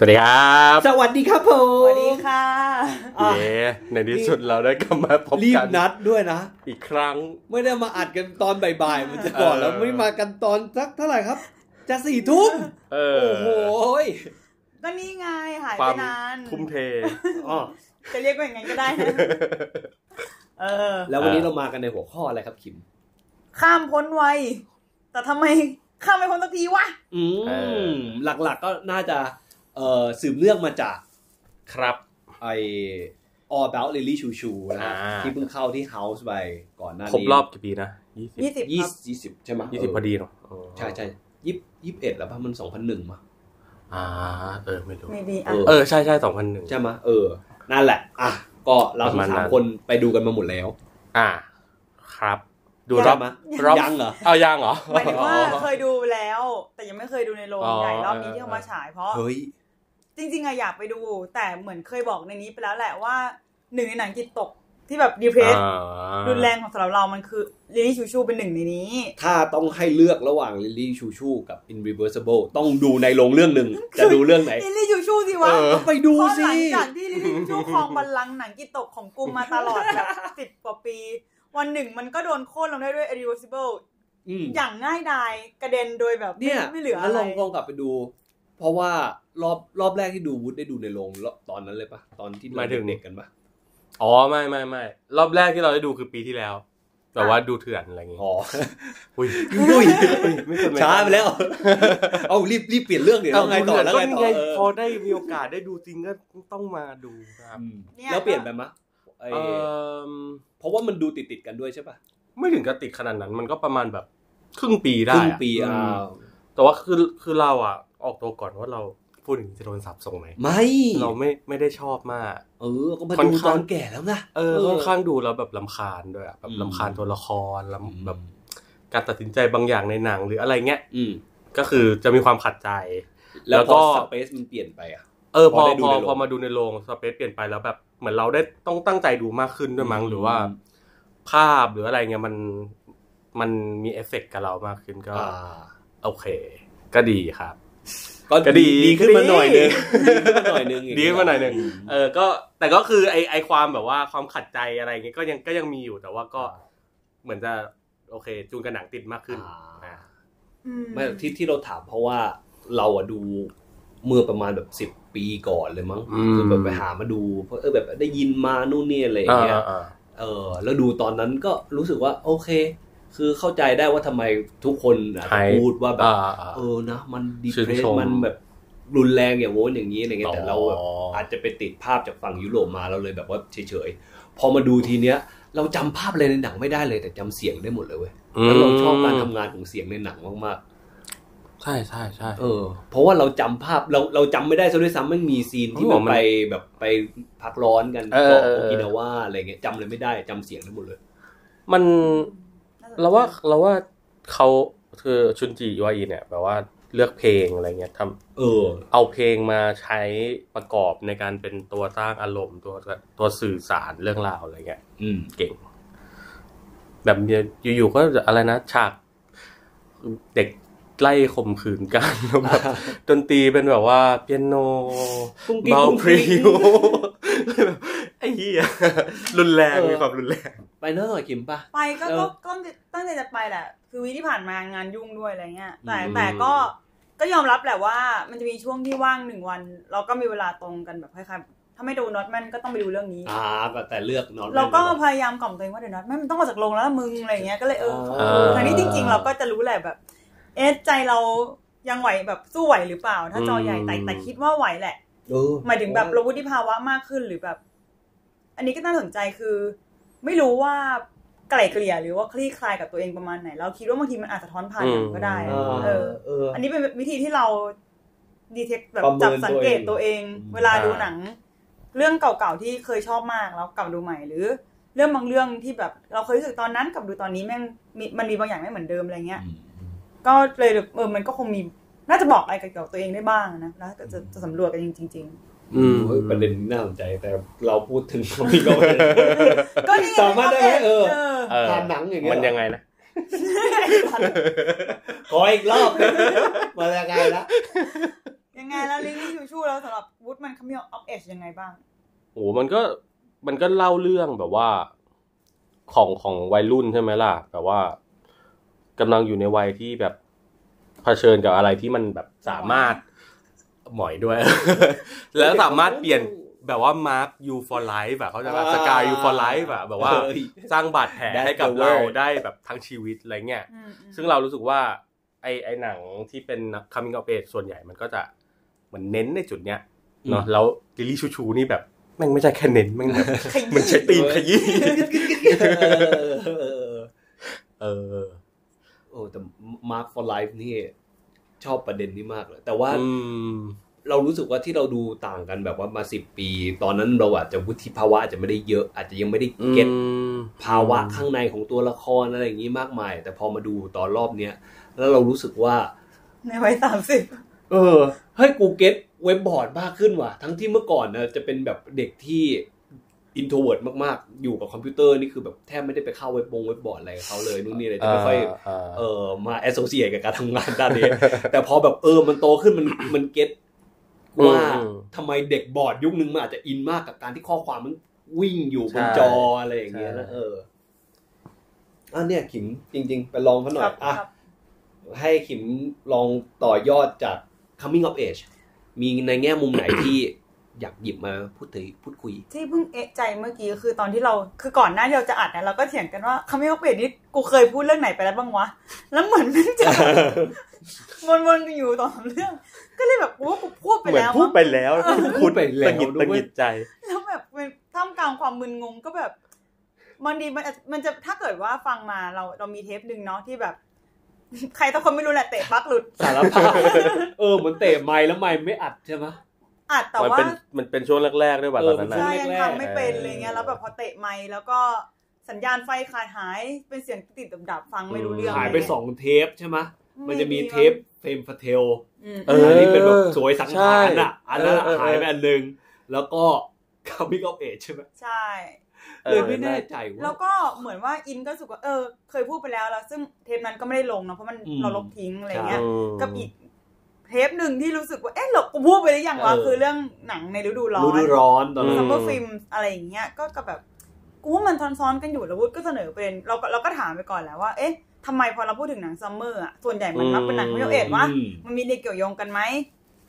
สวัสดีครับ สวัสดีครับผม สวัสดีค่ะ อ่ะ เย้ในที่สุดเราได้กลับมาพบ รี กับ น นัดด้วยนะ อีกครั้ง ไม่ได้มาอัดกันตอนบ่ายๆเหมันจะก่อนแล้ว เออ ไม่มากันตอนสักเท่าไหร่ครับ จะสี่ทุ่ม เอ โอ้ อ โหย ก็นี่ไงหาย ค ไป วาม นาน ทุ่มเท อ๋อ จะเรียกว่าอย่างไงก็ได้นะ เออ แล้ววันนี้ อ่า เรามากันในหัวข้ออะไรครับคิม ข้ามพ้นวัย แต่ทำไมข้ามไปพ้นสักทีวะ อื เอ ม อ หลักๆก็น่าจะเอ่อสืบเนื่องมาจาก ครับ ไอ All About Lily Chu Chu นะฮะ อ่า ที่เพิ่งเข้าที่ House ไปก่อนหน้านี้ ครบรอบกี่ปีนะยี่สิบ ยี่สิบ ยี่สิบยี่ครับสิบใช่ไหม ยี่สิบพอดีเนาะ ใช่ใช่ยี่สิบยี่สิบเอ็ดแล้วป่ะมันสองพันหนึ่งมั้ย อ่าเออไม่รู้ ไม่ดีอ่ะ เอ เออใช่ใช่สองพันหนึ่ง ใช่ไหมยเออ นั่นแหละ อ่ะ ก็เราปทั้ระมาณ งสา นั้ ม น คนไปดูกันมาหมดแล้ว อ่า ครับ ดู ยัง รอบ มะ รอบ ยังเหรอ เอายังเหรอ หมายถึงว่าเคยดูแล้ว แต่ยังไม่เคยดูในโรง อ๋อ ใหญ่รอบเอนี้อ ที่เขามาฉายเพราะ เฮ้ย จริงๆอะอยากไปดู แต่เหมือนเคยบอกในนี้ไปแล้วแหละว่าหนึ่งในหนังจิตตกที่แบบดีเพรส อ่า รุนแรงของสำหรับเรามันคือลิลี่ชูชูเป็นหนึ่งในนี้ ถ้าต้องให้เลือกระหว่าง Lily ชูชูกับ Irreversible ต้องดูในโรงเรื่องหนึ่ง จะดูเรื่องไหน ลิลี่ชูชูสิวะ เออ ก็ไปดู เพราะ สิ หลังจากที่ลิลิชูครองบัลลังก์หนังกิตกของกูมาตลอด แบบสิบ10 กว่าปี วันหนึ่งมันก็โดนโค่นลงได้ด้วย irreversible อืม อย่างง่ายดายกระเด็นโดยแบบ เนี่ย ไม่ไม่เหลือ งั้ อะ นล ไร องลองกลับไปดู เพราะว่ารอบรอบแรกที่ดูวุฒได้ดูในโรงรอบตอนนั้นเลยปะตอนที่เร หมายถึง เด็กๆกันปะ อ๋อไม่ไม่ไม่รอบแรกที่เราได้ดูคือปีที่แล้ว แต่ว่าดูเถื่อนอะไรอย่างงี้ อ๋อ อุ้ย ดุย ไม่ควร ช้าไปแล้ว เอารีบรีบเปลี่ยนเรื่องเดี๋ยว เอา แล้ว ไง ไง ต่ ต่ อ อ แล้ แล้ว ว ไง ไง ต่อต่อ พอได้มีโอกาสได้ดูจริงก็ต้องมาดูครับ อืม เนี่ย แล้วเปลี่ยนไปมะไอ้ เออ เพราะว่ามันดูติดติดๆกันด้วยใช่ปะ ไม่ถึงกับติดขนาดนั้นมันก็ประมาณแบบครึ่งปีได้ ค อะ รึ่งปีอ่า อืมแต่ว่าคือคือเราอ่ะ ออกตัวก่อนว่าเราพูดถึงจะโดนสับส่งไหม ไม่ เราไม่ไม่ได้ชอบมาก เออก็มา ค่อน ดูต ข้า อง นแก่แล้วนะ เออค่อนข้างดูแล้วแบบลำคาญด้วยอะแบบ อืม ลำคาญตัวละครลำ แบ แบบ บการตัดสินใจบางอย่างในหนังหรืออะไรเงี้ย อืม ก็คือจะมีความขัดใจ แล้ แล้ว วก็ ก็สเปซมันเปลี่ยนไปอ่ะ เออพอ พอได้ดู พอ ในโรง พอมาดูในโรงสเปซเปลี่ยนไปแล้วแบบเหมือนเราได้ต้องตั้งใจดูมากขึ้นด้วยมั้ง อืม หรือว่า ภาพหรืออะไรเงี้ยมันมันมีเอฟเฟกต์กับเรามากขึ้นก็ อ่า โอเค ก็ดีครับ ก็ ก็ ดี ดีดีขึ้นมา ดี หน่อยนึงดีขึ้นมาหน่อยนึง ดีขึ้นมาหน่อยหนึ่ง ม เออ ก็ แต่ก็คือไอไอความแบบว่าความขัดใจอะไรเงี้ย ก็ยังก็ยังมีอยู่ แต่ว่าก็ อ่า เหมือนจะโอเค จูนกันหนังติดมากขึ้น อ่า อ่า อืม ไม่ที่ที่เราถามเพราะว่าเราอะดูเมื่อประมาณแบบสิบ10 ปีก่อนเลยมั้งคือแบบไปหามาดูเพราะเออแบบได้ยินมานู่นนี่อะไรอย่างเงี้ย อ่า เออแล้วดูตอนนั้นก็รู้สึกว่า โอเค คือเข้าใจได้ว่าทำไมทุกคนอาจจะ ให้ พูดว่าแบบ อ่าอ่า เออนะมันดี ชื่น เพรส ชม มันแบบรุนแรงอย่างโว้นอย่างนี้อะไรเงี้ อ๋อยแต่เราแบบอาจจะไปติดภาพจากฝั่งยุโรปมาเราเลยแบบว่าเฉยๆ พอมาดูทีเนี้ย เราจำภาพอะไรในหนังไม่ได้เลยแต่จำเสียงได้หมดเลยเว้ยแล้วเราชอบการทำงานของเสียงในหนังมาก ใช่ใช่ใช่ ๆเออ เพราะว่าเราจำภาพเราเราจำไม่ได้ซะด้วยซ้ำมันมีซีนที่ โอ้ มัน มัน ไปแบบไปพักร้อนกัน เออ เกาะ เออ โอกินาว่าอะไรเงี้ยจำเลยไม่ได้จำเสียงได้หมดเลย มัน น่สนใจ เราว่าเราว่าเขาคือชุนจิวาอีเนี่ย แบบว่าเลือกเพลงอะไรเงี้ยทำ เออ เอาเพลงมาใช้ประกอบในการเป็นตัวสร้างอารมณ์ตัวตัวสื่อสารเรื่องราวอะไรเงี้ย อืม เก่ง แบบอยู่ๆก็อะไรนะฉากเด็กไล่ข่มขืนกันแล้ว แบบดนตรีเป็นแบบว่าเปียโน กุ้งกิ้ง เบาพริ กุ้งกิ้ง วแบบไอ้เหี้ย รุนแรงมีความรุนแรง ไปเนอะหน่อยคิมป่ะ ไปก็ เอ ก็ อ ก็ตั้งใจจะไปแหละ คือวีที่ผ่านมางานยุ่งด้วยอะไรเงี้ย แต่ อืม แต่ก็ก็ยอมรับแหละว่า มันจะมีช่วงที่ว่างหนึ่งวัน เราก็มีเวลาตรงกันแบบคล้ายๆถ้าไม่ดูน็อตแมนก็ต้องไปดูเรื่องนี้ อ่าก็แต่เลือกนอน เราก็ ไม่ได้ พยายามกล่อมตัวเองว่าเดี๋ยวนะแม่มันต้องออกจากโรงแล้วล่ะมึงอะไรอย่างเงี้ยก็เลยเออ อ่า ทางนี้จริงๆ เราก็จะรู้แหละแบบ เอ๊ะใจเรายังไหวแบบสู้ไหวหรือเปล่า ถ้าจอใหญ่แต่ อืม แต่คิดว่าไหวแหละ เออ หมายถึงแบบเราวุฒิภาวะมากขึ้นหรือแบบ อันนี้ก็น่าสนใจคือ ไม่รู้ว่าไกล่เกลี่ยหรือว่าคลี่คลายกับตัวเองประมาณไหน เราคิดว่าบางทีมันอาจจะท้อนผ่านหนังก็ได้ อื อะ ม เออ เออ อันนี้เป็นวิธีที่เราดีเทคแบบ ประเมิน จับสังเกต ตั ตัว ว เอ เอง ง อืม เวลาดูหนัง เรื่องเก่าๆที่เคยชอบมากแล้วกลับมาดูใหม่หรือ เรื่องบางเรื่องที่แบบ เราเคยรู้สึกตอนนั้นกลับดูตอนนี้แม่งมีมันมีบางอย่างไม่เหมือนเดิมอะไรเงี้ย ก็เลยแบบเออมันก็คงมีน่าจะบอกอะไรเกี่ยวกับตัวเองได้บ้างนะแล้วก็จะจะสำรวจกันจริง อืม เฮ้ยประเด็นน่าสนใจแต่เราพูดถึงตรงนี้ก็ไม่ได้ ๆ ก็นี่ สามารถได้ไหมเออ เออ เออ ผ่านหนังอย่างเงี้ย มันยังไงนะ ขออีกรอบ มาแล้วไงละ ยัง ยังไงแล้วลิงลี่ชูชูแล้วสำหรับวุฒมันคัมมิ่งออฟเอชยังไงบ้าง โอ้โหมันก็มันก็เล่าเรื่องแบบว่าของของวัยรุ่นใช่ไหมล่ะแบบว่ากำลังอยู่ในวัยที่แบบเผชิญกับอะไรที่มันแบบสามารถหมอย ด้วย แล้วสามารถเปลี่ยนแบบว่ามาร์คยูฟอร์ไลฟ์แบบเขาจะสกายยูฟอร์ไลฟ์แบบแบบว่า เฮ้ย สร้างบาดแผล That's ให้กับ the เรา word ได้แบบทั้งชีวิตอะไรเงี้ย อืมอืม ซึ่งเรารู้สึกว่าไอไอหนังที่เป็น coming of age ส่วนใหญ่มันก็จะเหมือนเน้นในจุดเนี้ยเนาะแล้วลิลี่ชูชูนี่แบบแม่งไม่ใช่แค่เน้นแม่งแบบ ขยี้ มันใช้ตีนขยี้ เออ เออ โอ้แต่มาร์ for life นี่ชอบประเด็นนี้มากเลย แต่ว่า อืม เรารู้สึกว่าที่เราดูต่างกันแบบว่ามาสิบปี ตอนนั้นเราอาจจะวุฒิภาวะอาจจะไม่ได้เยอะ อาจจะยังไม่ได้เก็ตภาวะข้างในของตัวละครอะไรอย่างนี้มากมาย แต่พอมาดูตอนรอบเนี้ยแล้วเรารู้สึกว่า ในวัยสามสิบ เออเฮ้ยกูเก็ตเว็บบอร์ดมากขึ้นว่ะ ทั้งที่เมื่อก่อนนะจะเป็นแบบเด็กที่อินโทรเวิร์ดมากๆ อยู่กับคอมพิวเตอร์นี่คือแบบแทบไม่ได้ไปเข้าเว็บบงเว็บบอร์ดอะไรกับเขาเลยนู่นนี่อะไรจะไม่ค่อย เออมาแอสโซเชียกับการทำงานด้านนี้ แต่พอแบบเออมันโตขึ้นมันมันเก็ตว่า อืม ทำไมเด็กบอร์ดยุคนึงมันอาจจะอินมากกับการที่ข้อความมันวิ่งอยู่บ ใช่ นจออะไรอย่างเงี้ยนะ ใช่ เอออันเนี้ยขิมจริง ๆ ไปลองเขาหน่อ ครั ย บ อ่ะ ครับ ให้ขิมลองต่อยอดจาก coming of age มีในแง่มุมไหนที่ อยากหยิบมาพูดถึงพูดคุย ที่เพิ่งเอะใจเมื่อกี้คือตอนที่เราคือก่อนหน้าที่เราจะอัดนะเราก็เถียงกันว่าคัมมิ่งออฟเอชนี่กูเคยพูดเรื่องไหนไปแล้วบ้างวะ แล้วเหมือนมันจะ วนๆอยู่ตอนเรื่อง ก็เลยแบบกูว่ากูพูดไป เหมือน แล้ว พูด มั้ง ไปแล้ว เออพูดไปแล้ว ตะหงิด ด้วตะยหงิดใจ แล้วแบบเป็นท่ามกลางความมึนงงก็แบบมันดีมันอาจมันจะถ้าเกิดว่าฟังมาเราเรามีเทปหนึ่งเนาะที่แบบ ใครต้องคนไม่รู้แหละเตะปลักหลุด สารภาพ เออเหมือนเตะไม้แล้วไม้ไม่อัดใช่ไหม อัดแต่ มัน ว่า เป็นมันเป็นช่วงแรกๆด้วยว่ะ เอ ต อ อนนั้น มันช่ นะ ว ใช่ยัง แรกๆ ทำไม่เป็น เออ อะไรเงี้ยแล้วแบบพอเตะไมค์แล้วก็สัญญาณไฟขาดหายเป็นเสียงติดดับๆฟังไม่รู้เรื่อง หายไปสองเทปใช่ไหมมันจะมีเทปเฟรมฟาเทล อืม เอ อันนี้เป็นแบบสวยสังหาร ใช่ อ่ะ อันนั้นอะ เออเออ หายไปอันหนึ่งแล้วก็ coming of age ใช่ไหม ใช่ อ เล อย ไม่แน่ใจ แล้ว ว่า ก็เหมือนว่าอินก็รู้สึกว่าเออ เคยพูดไปแล้วแล้วซึ่งเทปนั้นก็ไม่ได้ลงเนาะเพราะมัน อืม เราลบทิ้งอะไรเงี้ย อืม กับอีกเทปหนึ่งที่รู้สึกว่าเอ๊ะเรากูพูดไปหรือยังวะ เออ คือเรื่องหนังในฤดูร้อ ฤ น ดูร้อนตอนนั้ ซั น มเมอร์ฟิล์มอะไรอย่างเงี้ยก็ก็แบบกูว่ามันซ้อนๆกันอยู่แล้ววุฒิก็เสนอเป็นเราก็เราก็ถามไปก่อนแล้วว่าเอ๊ะทำไมพอเราพูดถึงหนังซัมเมอร์อ่ะส่วนใหญ่มันมักเป็นหนังไม่เอาเอ็ดวะ อืม มันมีเด็กเกี่ยวโยงกันไหม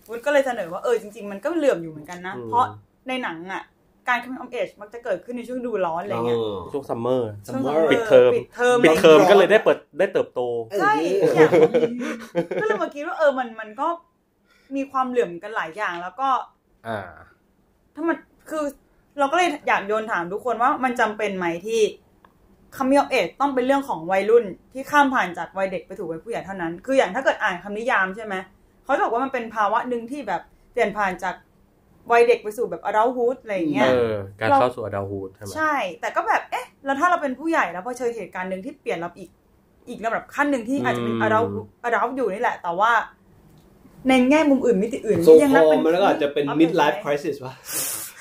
วุฒิก็เลยเสนอว่าเออจริง ๆ มันก็เหลื่อมอยู่เหมือนกันนะ อืม เพราะในหนังอ่ะ การ coming of age มักจะเกิดขึ้นในช่วงดูร้อนอะไรเงี้ย ช่วงซัมเมอร์ ซัมเมอร์ ปิดเทอม ปิดเทอม ปิดเทอม มันร้อน ก็เลยได้เปิดได้เติบโต ใช่เนี่ย ก็เลยมาคิดว่าเออมันมันก็มีความเหลื่อมกันหลายอย่าง แล้วก็ อ่า ถ้ามันคือ เราก็เลยอยากโยนถามทุกคนว่ามันจำเป็นไหมที่ coming of age ต้องเป็นเรื่องของวัยรุ่นที่ข้ามผ่านจากวัยเด็กไปถูกวัยผู้ใหญ่เท่านั้น คืออย่างถ้าเกิดอ่านคำนิยามใช่ไหม เขาจะบอกว่ามันเป็นภาวะหนึ่งที่แบบเปลี่ยนผ่านจากวัยเด็กไปสู่แบบอราฮูดอะไรอย่างเงี้ เอย อ การเข้าสู่อดาวูดใช่ไหม ใช่ แต่ก็แบบเอ๊ะ แล้วถ้าเราเป็นผู้ใหญ่แล้วพอเจอเหตุการณ์หนึ่งที่เปลี่ยนเราอีกอีกระดับขั้นหนึ่งที่อาจจะเป็นอราอราอยู่นี่แหละ แต่ว่าในแง่มุมอื่นมิติอื่น โซ ยัง ค นั อบ เป็ มันแล้วก็อาจจะเป็น mid life ใช่ crisis วะ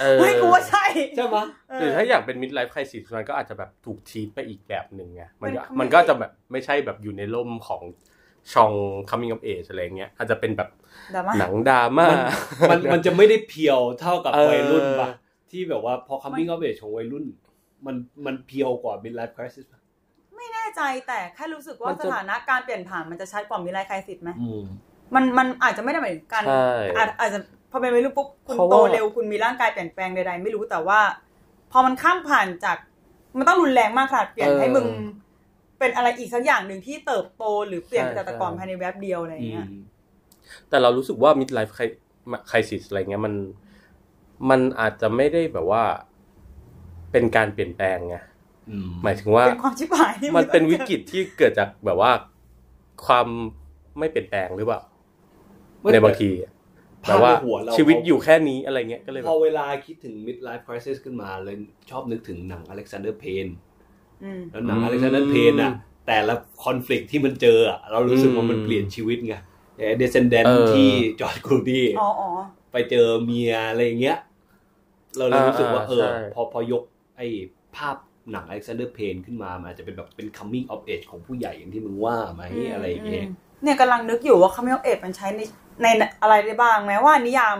เออ เฮ้ยกูว่าใช่ ใช่ไหม เห รือถ้าอยากเป็นมิดไลฟ์ไครสิสมันก็อาจจะแบบถูกทีทไปอีกแบบหนึ่งไงมันก็ เป็น coming มันก็จะแบบไม่ใช่แบบอยู่ในร่มของช่อง coming of age อะไรเงี้ยอาจจะเป็นแบบ ดราม่า หนังดราม่า มัน มันจะไม่ได้เพียวเท่ากับ เออ วัยรุ่นปะที่แบบว่าพอ coming of age ของวัยรุ่น มันมันเพียวกว่า mid life crisis ปะ ไม่แน่ใจแต่แค่รู้สึกว่า มัน ส จะ ถานะการเปลี่ยนผ่านมันจะชัดกว่ามีไรใครสิทธิ์ไหม อืม มันมันอาจจะไม่ได้หมายถึงการ ใช่ อาจอาจจะพอเป็นวัยรุ่นปุ๊บคุณ เพราะว่า โตเร็วคุณมีร่างกายเปลี่ยนแปลงใดๆ ไม่รู้แต่ว่า พอมันข้ามผ่านจาก มันต้องรุนแรงมากขนาดเปลี่ยนให้มึง เป็นอะไรอีกสักอย่างหนึ่งที่เติบโตหรือเปลี่ยนไปจากแต่ก่อนภายในแวบเดียวอะไรอย่างเงี้ย แต่เรารู้สึกว่า midlife cri- crisis อะไรเงี้ยมันมันอาจจะไม่ได้แบบว่า เป็นการเปลี่ยนแปลงไง อืม หมายถึงว่า เป็นความชิบหายที่ มันเป็นวิกฤตที่เกิดจากแบบว่า ความไม่เปลี่ยนแปลงหรือเปล่าในบางที ภ แบ พ บว่า ในหัเร ชีวิตอยู่แค่นี้อะไรเงี้ยก็เลยแบ พ บ อเวลาคิดถึง midlife crisis ขึ้นมาเลยชอบนึกถึงหนัง Alexander Payne อืม แล้วหนัง Alexander Payne อ่ะ แต่ละ conflict ที่มันเจออะเรารู้สึกว่ามันเปลี่ยนชีวิตไงเดซ e นแดนที่จอร์จกูดี้ อ๋ออ๋อ ไปเจอเมียอะไรอย่างเงี้ย เราเลยรู้สึกว่าเออ พอพอยกไอ้ภาพหนัง Alexander Payne ขึ้นมามันอาจจะเป็นแบบเป็น coming of age ของผู้ใหญ่อย่างที่มึงว่าไหมอะไรอย่างเงี้ย ม เนี่ยกำลังนึกอยู่ว่าคำว่าเอดมันใช้ในในอะไรได้บ้างแม้ว่านิยาม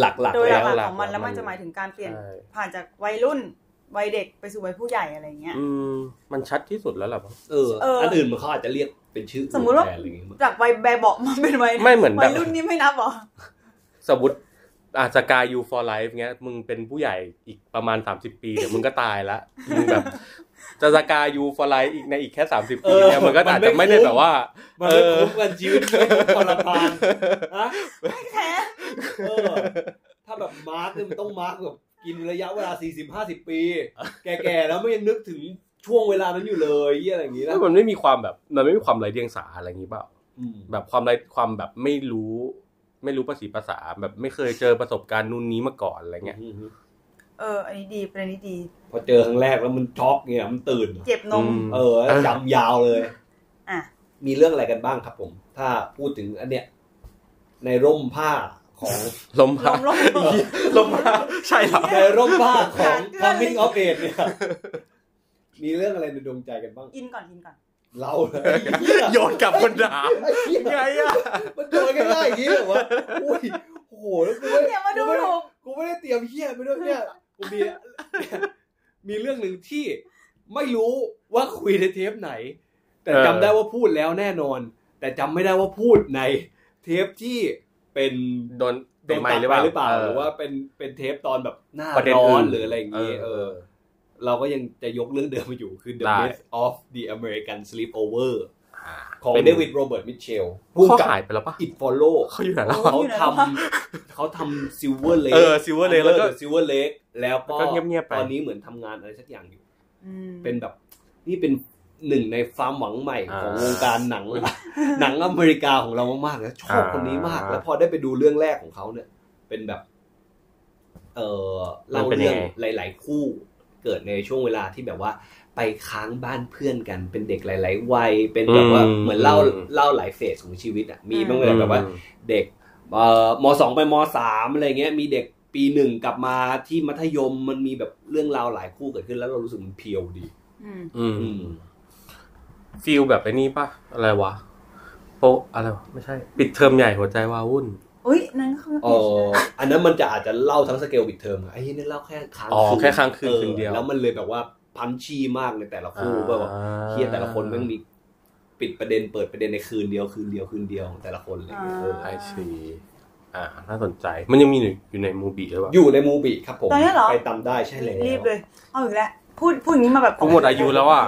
หลักหลัก โดยห แล้ ลั ว ก หลั ๆ ก ของมัน แล้ว แล้วมัน มัน จะหมายถึงการเปลี่ยน ใช่ ผ่านจากวัยรุ่นวัยเด็กไปสู่วัยผู้ใหญ่อะไรเงี้ย อืมมันชัดที่สุดแล้วแหละมั้ง เออ เอออั อันอื่นมันเขาอาจจะเรียกเป็นชื่ออื่น สมมุติว่า แทนอะไรอย่างเงี้ยมั้ง จากวัยแบบเบาะมาเป็นวัย ไม่เหมือนแบบ วัยรุ่นนี่ไม่นับเหรอ สมมติอาจจะกายยูฟอร์ไลฟ์เงี้ย มึงเป็นผู้ใหญ่อีกประมาณ 30 ปีเดี๋ยวมึงก็ตายละมึงแบบจะสกายยูฟอร์ไลฟ์อีกในอีกแค่ 30 ปีเนี่ยมึงก็อาจจะไม่ได้แบบว่า มันไม่คุ้มกันชีวิตไม่คุ้มพลพาน นะ แท้ เออ ถ้าแบบมาร์กเนี่ยมันต้องมาร์กแบบกินระยะเวลา 40 50 ปี แก่ๆแล้วไม่ยังนึกถึงช่วงเวลานั้นอยู่เลยเหี้ยอะไรอย่างงี้นะ ถ้ามันไม่มีความแบบมันไม่มีความไร้เดียงสาอะไรอย่างนี้เปล่า อืม แบบความไร้ความแบบไม่รู้ ไม่รู้ภาษีภาษาแบบไม่เคยเจอประสบการณ์นู่นนี้มาก่อนอะไรเงี้ย อืม เอออันนี้ดีประเด็นนี้ดี พอเจอครั้งแรกแล้วมันช็อกเนี่ยมันตื่น เจ็บนม อืม เออจำยาวเลย อ่ะ มีเรื่องอะไรกันบ้างครับผม ถ้าพูดถึงอันเนี้ยในร่มผ้า ของ ลม ล พาม ลม ลมพาใช่เหร อ ในร่มผ้า ของ ขาดเกลือ Coming of Age เนี่ย มีเรื่องอะไรในดวงใจกันบ้าง อินก่อนอินก่อน เราเลยไอ้เหี้ย โยนกลับคนด่า ไอ้เหี้ย ไงอ่ะ มันโดนง่ายๆอย่างนี้เหรอวะอุ้ยโอ้โหแล้วกู อย่ามาดู ไม่ ถูก กูไม่ได้เตรียมเหี้ยไปด้วยเนี่ยกูมีมีเรื่องหนึ่งที่ไม่รู้ว่าคุยในเทปไหน แต่จำได้ว่าพูดแล้วแน่นอน แต่จำไม่ได้ว่าพูดในเทปที่เป็น โดน โดนตัด หรือเปไปล่า หรือเปล่าหรือว่าเป็นเป็นเทปตอนแบบหน้า ประเด็น ร้ อื่ อน น หรืออะไรอย่างนี้ เอ เอ อ อ เราก็ยังจะยกเรื่องเดิมมาอยู่คือ The ได้ Myth of the American Sleepover อ่า ของ เป็น เดวิดโรเบิร์ตมิเชล ผู้ ผู้ เขา กับ หายไปแล้วปะ It Follow เขาอยู่ไหนแล้ว เขา อยู่ไหน ท แล้ววะ ำเขาทำ Silver เอ Lake อซิลเวอร์เลยแล้วก็ Silver Lake แล้วก็ ก็เงียบๆไป ตอนนี้เหมือนทำงานอะไรสักอย่างอยู่ อืม เป็นแบบ นี่เป็นหนึ่งในความหวังใหม่ของ อ่าว งการหนัง หนังอเมริกาของเรามากๆนะชอบ อ่า คนนี้มาก แล้วพอได้ไปดูเรื่องแรกของเขาเนี่ย เป็นแบบ เออเล่าเรื่องหลาย ๆ คู่ เกิดในช่วงเวลาที่แบบว่า ไปค้างบ้านเพื่อนกัน เป็นเด็กหลาย ๆ วัย เป็นแบบว่า อืม เหมือนเล่า อืม เล่าหลายเฟสของชีวิตอ่ะมีบ้างเลยแบบว่า เด็กเอ่อมสองไปมสามอะไรเงี้ย มีเด็กปีหนึ่งกลับมาที่มัธยมมันมีแบบเรื่องราวหลายคู่เกิดขึ้นแล้วเรารู้สึกมันเพียวดี อืม อืม อืม ฟิลแบบไอ้นี้ปะอะไรวะโปะอะไรวะไม่ใช่ ปิดเทอมใหญ่หัวใจวาวุ่น อุ้ยนั่นก็คือ เอ ออันนั้นมันจะอาจจะเล่าทั้งสเกลบิดเทอมอะไอ้นี่เล่าแค่ค้าง อ๋อแค่ค้างคืน ออ คืนเดียว แล้วมันเลยแบบว่าพันชีมากในแต่ละคู่ว่าแบบเฮียแต่ละคนแมันมีปิดประเด็นเปิดประเด็นในคืนเดียวคืนเดียวคืนเดียวของแต่ละคนอะไรเงี้ยเออ ไอซีอ่า น่าสนใจ มันยังมีอยู่อยู่ในมูบีหรือเปล่า อยู่ในมูบีครับผม ตอนนี้เหรอ ไปตามได้ใช่แล้ว รีบเลย เอาอีกแล้ว พูดพูดอย่างนี้มาแบบ กูหมดอายุแล้วอ่ะ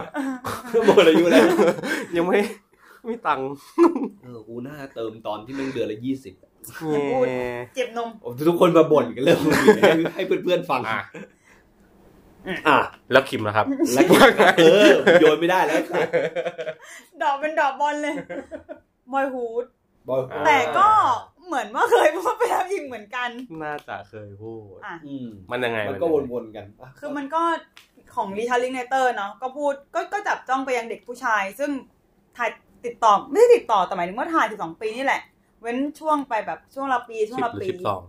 หมดอายุแล้ว ยังไม่ไม่มีตังค์ เออกูน่าเติมตอนที่แม่งเดือนละยี่สิบ แง่ เจ็บนม โอ้ทุกคนมาบ่นกันเรื่องมือถือให้ให้เพื่อนๆฟัง อ่ะ อ่ะ แล้วคิมนะครับ แล้วก็เออโยนไม่ได้แล้ว ดอกเป็นดอกบอล เลยบอยฮูด บอย อ่า แต่ก็เหมือนว่าเคยพูดไปแล้วอีกเหมือนกัน น่าจะเคยพูด อ่ะ อืม มันยังไง มันก็วนๆกันอ่ะ คือมันก็ของรีชาร์ลิงเนเตอร์เนาะก็พูดก็ก็จับจ้องไปยังเด็กผู้ชาย ซึ่งถ่ายติดต่อไม่ได้ติดต่อแต่หมายถึงว่าถ่ายสิบสองปีนี่แหละ เว้นช่วงไปแบบช่วงละปีช่วง สิบ ละ หรือ ปี สิบสอง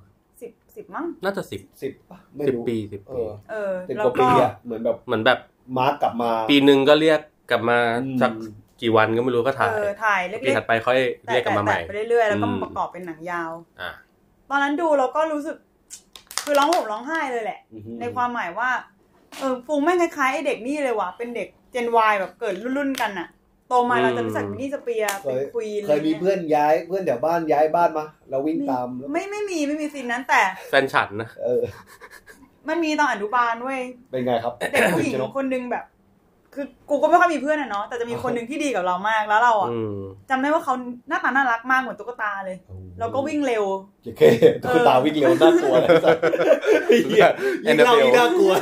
สิบสิบมั้ง น่าจะสิบ สิบป่ะไม่ สิบ รู้ ปีสิบ เอ ปี อ เออ สิบ แล้ ก ว ว่า ก็ ปีอ่ะเหมือนแบบ เหมือนแบบ มาร์กกลับมา ปีหนึ่งก็เรียกกลับมา อืม สักกี่วันก็ไม่รู้ก็ถ่าย เออถ่าย ปี เล็ก ถัดไปค่อย ๆ แต่ เรียกกลับ แต่ มาให แต่ ม่ ไปเรื่อยๆแล้วก็ อืม ประกอบเป็นหนังยาว อ่ะ ตอนนั้นดูเราก็รู้สึก คือร้องห่มร้องไห้เลยแหละ อือฮึ ในความหมายว่า เออฟูงแม่งคล้ายๆไอเด็กนี่เลยว่ะ เป็นเด็กเจนวายแบบเกิดรุ่นๆกันอะโตมาเราจะรู้จัก อืม วินนี่สเปียร์เป็นควีน เคยมีเพื่อนย้ายเพื่อนแถวบ้านย้ายบ้านมาเราวิ่งตามแล้ว ไม่ไม่มีไม่มีซีนนั้นแต่ แฟนฉันนะ เออ มันมีตอนอนุบาลเว้ย เป็นไงครับ เด็กผู้หญิง นก คนนึงแบบ คือกูก็ไม่ค่อยมีเพื่อนอะเนาะแต่จะมีคนหนึ่งที่ดีกับเรามากแล้วเราอะ อืม จำได้ว่าเขาหน้าตาน่ารักมากเหมือนตุ๊กตาเลย แล้วก็วิ่งเร็ว โอเคตุ๊กตาวิ่งเร็วน่ากลัวเลยสัตว์เหี้ยยิ่งเล่า NFL ยิ่งน่ากลัว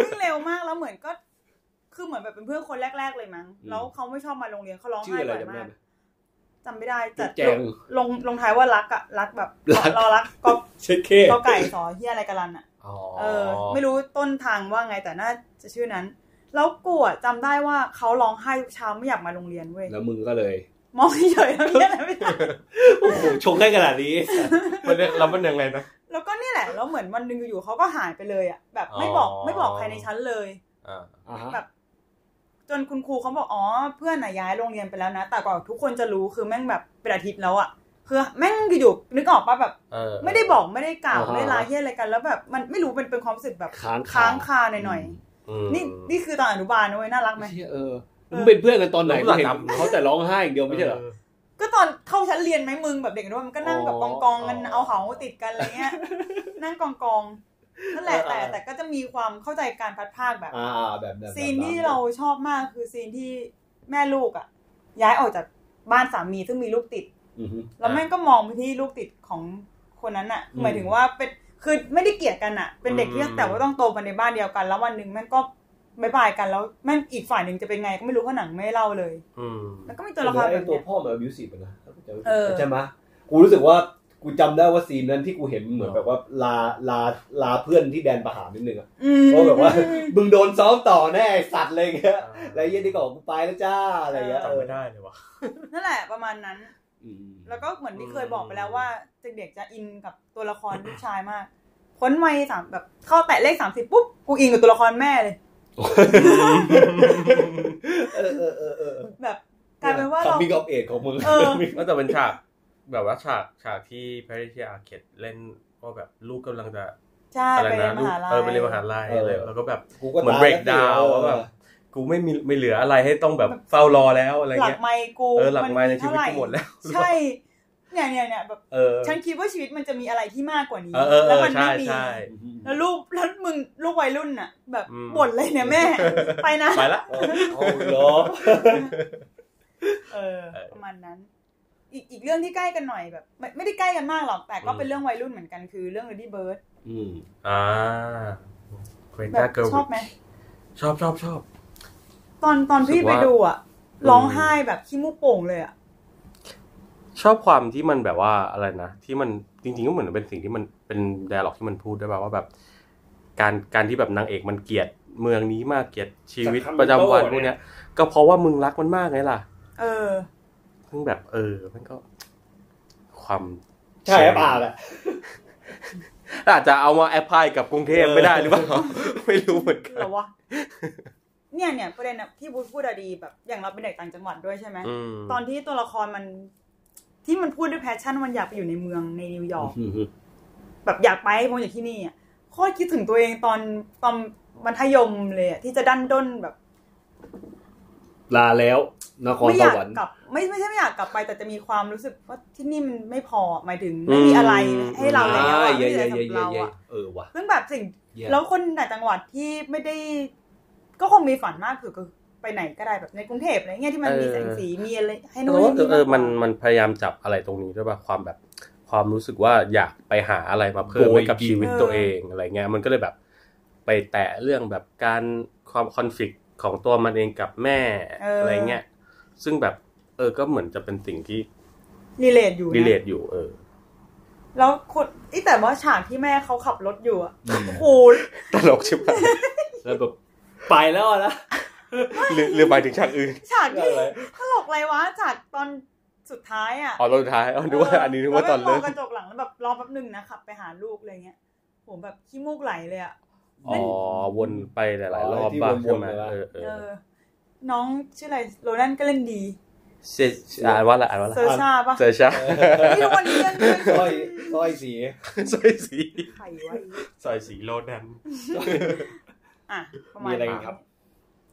วิ่งเร็วมากแล้วเหมือนก็ คือเหมือนแบบเป็นเพื่อนคนแรก ๆ เลยมั้ง อืม แล้วเขาไม่ชอบมาโรงเรียนเขาร้อง ชื่อ ไห้ อะไร บ่อย จำได้ มาก ไหม จำไม่ได้จัด แจง ลงลงท้ายว่ารักอะรักแบบ รัก รอรักก็ เช็คเค ก็ไก่สอเฮียอะไรกันลันอะ อ๋อ เออ ไม่รู้ต้นทางว่าไงแต่น่าจะชื่อนั้น แล้วกูอะจำได้ว่าเขาร้องไห้ทุกเช้าไม่อยากมาโรงเรียนเว้ย แล้วมึงก็เลย มองเฉยๆแล้วเนี่ยอะไรไม่ได้ โอ้โหชงได้ขนาดนี้ มันเนี่ยแล้วมันยังไงนะ แล้วก็เนี่ยแหละแล้วเหมือนวันหนึงอยู่ๆเขาก็หายไปเลยอะแบบไม่ อ๋อ บอกไม่บอกใครในชั้นเลย อ่า อ่าฮะ แบบ จนคุณครูเขาบอกอ๋อเพื่อนน่ะย้ายโรงเรียนไปแล้วนะ แต่กว่าทุกคนจะรู้คือแม่งแบบเป็นอาทิตย์แล้วอะคือแม่งอยู่ๆนึกออกปะแบบ เออ ไม่ได้บอกไม่ได้กล่าว อ่าฮะ ไม่ได้ลาเฮียอะไรกัน แล้วแบบมันไม่รู้เป็นเป็นความรู้สึกแบบ ค้าง ค้างคาหน่อย อืม ๆนี่นี่คือตอนอนุบาลนะเว้ยน่ารักไหม ไม่ใช่เออ เออ มึงเป็นเพื่อนกันตอนไหน รู้ กู หลัก เห็น จำ เขาแต่ร้องไห้อย่างเดียวไม่ใช่เหรอ ก็ตอนเข้าชั้นเรียนไหมมึงแบบเด็กอนุบาลมันก็นั่งแบบกองกองๆกัน อ๋อ เอาเขาติดกันอะไรเงี้ ยนั่งกองกองๆนั่นแหละ เออเอ แต่ อ แต่ก็จะมีความเข้าใจการพัดภาคแบบ อ่าแบบแบบแบบ ซีนที่เราชอบมากคือซีนที่แม่ลูกอ่ะ ย้ายออกจากบ้านสามีซึ่งมีลูกติด อือฮึ แล้วแม่งก็มองไปที่ลูกติดของคนนั้นอ่ะ อืม หมายถึงว่าเป็นคือไม่ได้เกลียดกันอ่ะ เป็นเด็กที่ อืม แต่ว่าต้องโตมาในบ้านเดียวกัน แล้ววันหนึ่งแม่งก็บายบายกันแล้วแม่งอีกฝ่ายหนึ่งจะเป็นไงก็ไม่รู้เพราะหนังไม่เล่าเลย อืม แล้วก็มีตัวละครแบ ไอ้ บ ตัว เนี้ย พ่อมันบิวสิบนะ เออ ใช่ไหมกูรู้สึกว่ากูจำได้ว่าซีนนั้นที่กูเห็นเหมือนแบบว่าลาลาลาเพื่อนที่แดนประหารนิดนึงอะ อืม เพราะแบบ ว่า มึงโดนซ้อมต่อแน่ไอ้สัตว์อะไรเงี้ยแล้วไอ้เหี้ย็นที่ก่อนกูไปแล้วจ้าอะไรเงี้ย จำไม่ได้เลยว่ะ นั่นแหละประมาณนั้น อืม แล้วก็เหมือนที่ อืม เคยบอกไปแล้วว่าเด็กๆจะอินกับตัวละครลูกชายมากพ้นวัยสามแบบเข้าแตะเลขสามสิบปุ๊บกูอินกับตัวละครแม่เลย เออเออเออเออ แบบกลายเป็นว่าเรา คำมิงออฟเอทของมึง เออ ก็แต่เป็นฉากแบบว่าฉากฉากที่แพทริเซียอาร์เคตเล่นว่าแบบลูกกำลังจะ ใช่ อะไร ไปเรีย นะ นม ลูก หาลัย เออไปเรียนมหาลัยอะไรแล้วก็แบบ กูก็ เหมือน break down ว่าแบบ กูไม่มีไม่เหลืออะไรให้ต้องแบบเฝ้ารอแล้วอะไร หลัก เงี้ย ไมค์กู เออหลักไม้ในชี เท่า วิต ร่ กูหมดแล้ว ใช่ เนี่ยเนี่ยเนี่ยแบบ เออ ฉันคิดว่าชีวิตมันจะมีอะไรที่มากกว่านี้ เออเออเอ แล้ว อ มั ใช่ ไม่มี ใช่ แล้วลูกแล้วมึงลูกวัยรุ่นน่ะ แบบ อืม บ่นเลยเนี่ย แม่ ไปนะ ไปละ เออเอาเหรอ เออประมาณนั้น อีกอีกเรื่องที่ใกล้กันหน่อยแบบไม่ไม่ได้ใกล้กันมากหรอกแต่ก็เป็น อืม เรื่องวัยรุ่นเหมือนกันคือเรื่อง Lady Bird อืม อ่าเควิน แบ ต้า บ เกิร์ล ชอบไหม ชอบชอบชอบ ตอนตอนพี่ รู้สึก ไป ว่า ดูอ่ะร้องไห้แบบขี้มูกโป่งเลยอ่ะ ชอบความที่มันแบบว่าอะไรนะที่มันจริงๆก็เหมือนเป็นสิ่งที่มันเป็นไดอะล็อกที่มันพูดได้ป่าวว่าแบบ การการที่แบบนางเอกมันเกลียดเมืองนี้มากเกลียดชีวิตประจำวันพวกเนี้ย ก็เพราะว่ามึงรักมันมากไงล่ะ เออ ซึ่งแบบเออ มันก็ ความ ใช่หรือเปล่าแหละ อาจจะเอามาแอพพลายกับกรุงเทพไม่ได้ห รือเปล่า ไม่รู้เหมือนกั เหร น อวะ เนี่ยเนี่ยประเด็นนะที่บูธพูดอะดีแบบ อย่างเราเป็นเด็กต่างจังหวัดด้วยใช่ไหม อืม ตอนที่ตัวละครมัน ที่มันพูดด้วยแพชชั่นว่ามันอยากไปอยู่ในเมืองในนิวยอร์กแบบอยากไปเพราะอย่างที่นี่อ่ะโคตรคิดถึงตัวเองตอนตอนมัธยมเลยอ่ะที่จะดันด้นแบบ ลาแล้วนคร ไม่ ส อยาก วรรค์ กลับ ไม่ไม่ใช่ไม่อยากกลับไป แต่จะมีความรู้สึกว่าที่นี่มันไม่พอหมายถึงไม่มีอะไรให้เราแล้วอะไม่มีอะไรสำหรับเราอ่ะ เออว่ะ ซึ่งแบบสิ่ง เย้ แล้วคนต่างจังหวัดที่ไม่ได้ ก็คงมีฝันมากคือก็ไปไหนก็ได้แบบในกรุงเทพอะไรเงี้ยที่มันมีแสงสีมีอะไรให้ แต่ นู่น ว่า ให้ เออมัน ากกว่า มันพยายามจับอะไรตรงนี้ด้วยป่ะความแบบ ความรู้สึกว่าอยากไปหาอะไรมาเพิ่มให้กับ โกยกิน ชีวิตตัวเองอะไรเงี้ยมันก็เลยแบบ ไปแตะเรื่องแบบการความคอนฟ lict ของตัวมันเองกับแม่อะไรเงี้ยซึ่งแบบ เออ ก็เหมือนจะเป็นสิ่งที่ รีเลทอยู่ รีเล นะ ทอยู่ เออ แล้วคนไอยแต่ว่าฉากที่แม่เขาขับรถอยู่อะ อืม โอ้โห ตลกใช่ไหม แล้วแบบไปแล้วอะนะ หรือหรือหมายถึงฉากอื่น ฉากที่ตลกอะไรวะฉากตอนสุดท้ายอะ อ๋อตอนสุดท้ายอ๋อดูว่าอันนี้นึกว่าตอน แล้ เริ่ ว ม แม่งมองกระจกหลังแล้วแบบรอแป๊บหนึงนะขับไปหาลูกอะไรเงี้ยผมแบบขี้มูกไหลเลยอะ อ๋อวนไปหลาย ๆ รอบบ้าง ที่ ใช่ วนๆ ไหม ไปวะ เออเอ เอ อ อ น้องชื่ออะไรโรนันก็เล่นดี เซอ่านว่าอะไรอ่านว่าอะไร เซอร์ชาปะ เซอร์ชา ที่วันนี้เล่นด้วย สร้อยสร้อยสี ซอยสี ใครวะอี ซอยสีโลนัน อ่ะประมาณ มีอะไรอี นั้ ก น ครับ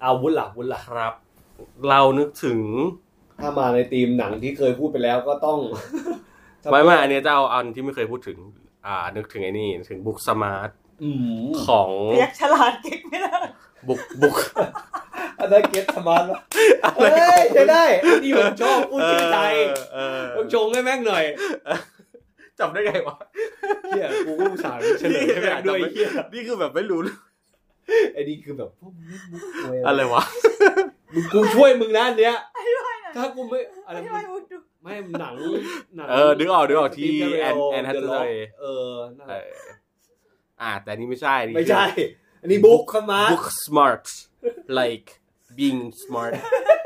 อาวุธหลักวุธหลัก ครับ เรานึกถึง ถ้ามาในธีมหนังที่เคยพูดไปแล้วก็ต้อง ไม่ไม่อันเนี้ยจะเอาอันที่ไม่เคยพูดถึง อ่า นึกถึงไอ้นี่นึกถึงบุกสมาร์ท อืม ของ พยักษ์ฉลาดเก็กไม่ได้ บุกบุก อันนั้นเก็ตสมาร์ทวะเฮ้ยใช้ได้ไอ้นี่ผมชอบพูดชื่อใจ เออเอ ต้ อ องชงให้แม่งหน่อย จำได้ไงวะ เฮียกูก็อุตส่าห์เฉลยให้แม่งด้วยไอ้เฮีย นี่คือแบบไม่รู้เรื่อง ไอ้นี่คือแบบพวกมึงมุกเว้ย อะไรวะ มึงกูช่วยมึงนะอันเนี้ย อธิบายหน่อย ถ้ากูไม่อะ อ ไร ธิบายดู ไม่หนังหนัง เออนึกออกนึกออกที่ สตีฟ Anne- Anne Carell The Rock Hathaway เออนั่น เอ แหละ ออ่า แต่นี่ไม่ใช่นี่ ไม่ใช่ อันนี้บุ๊กเข้ามา คือ book smart like being smart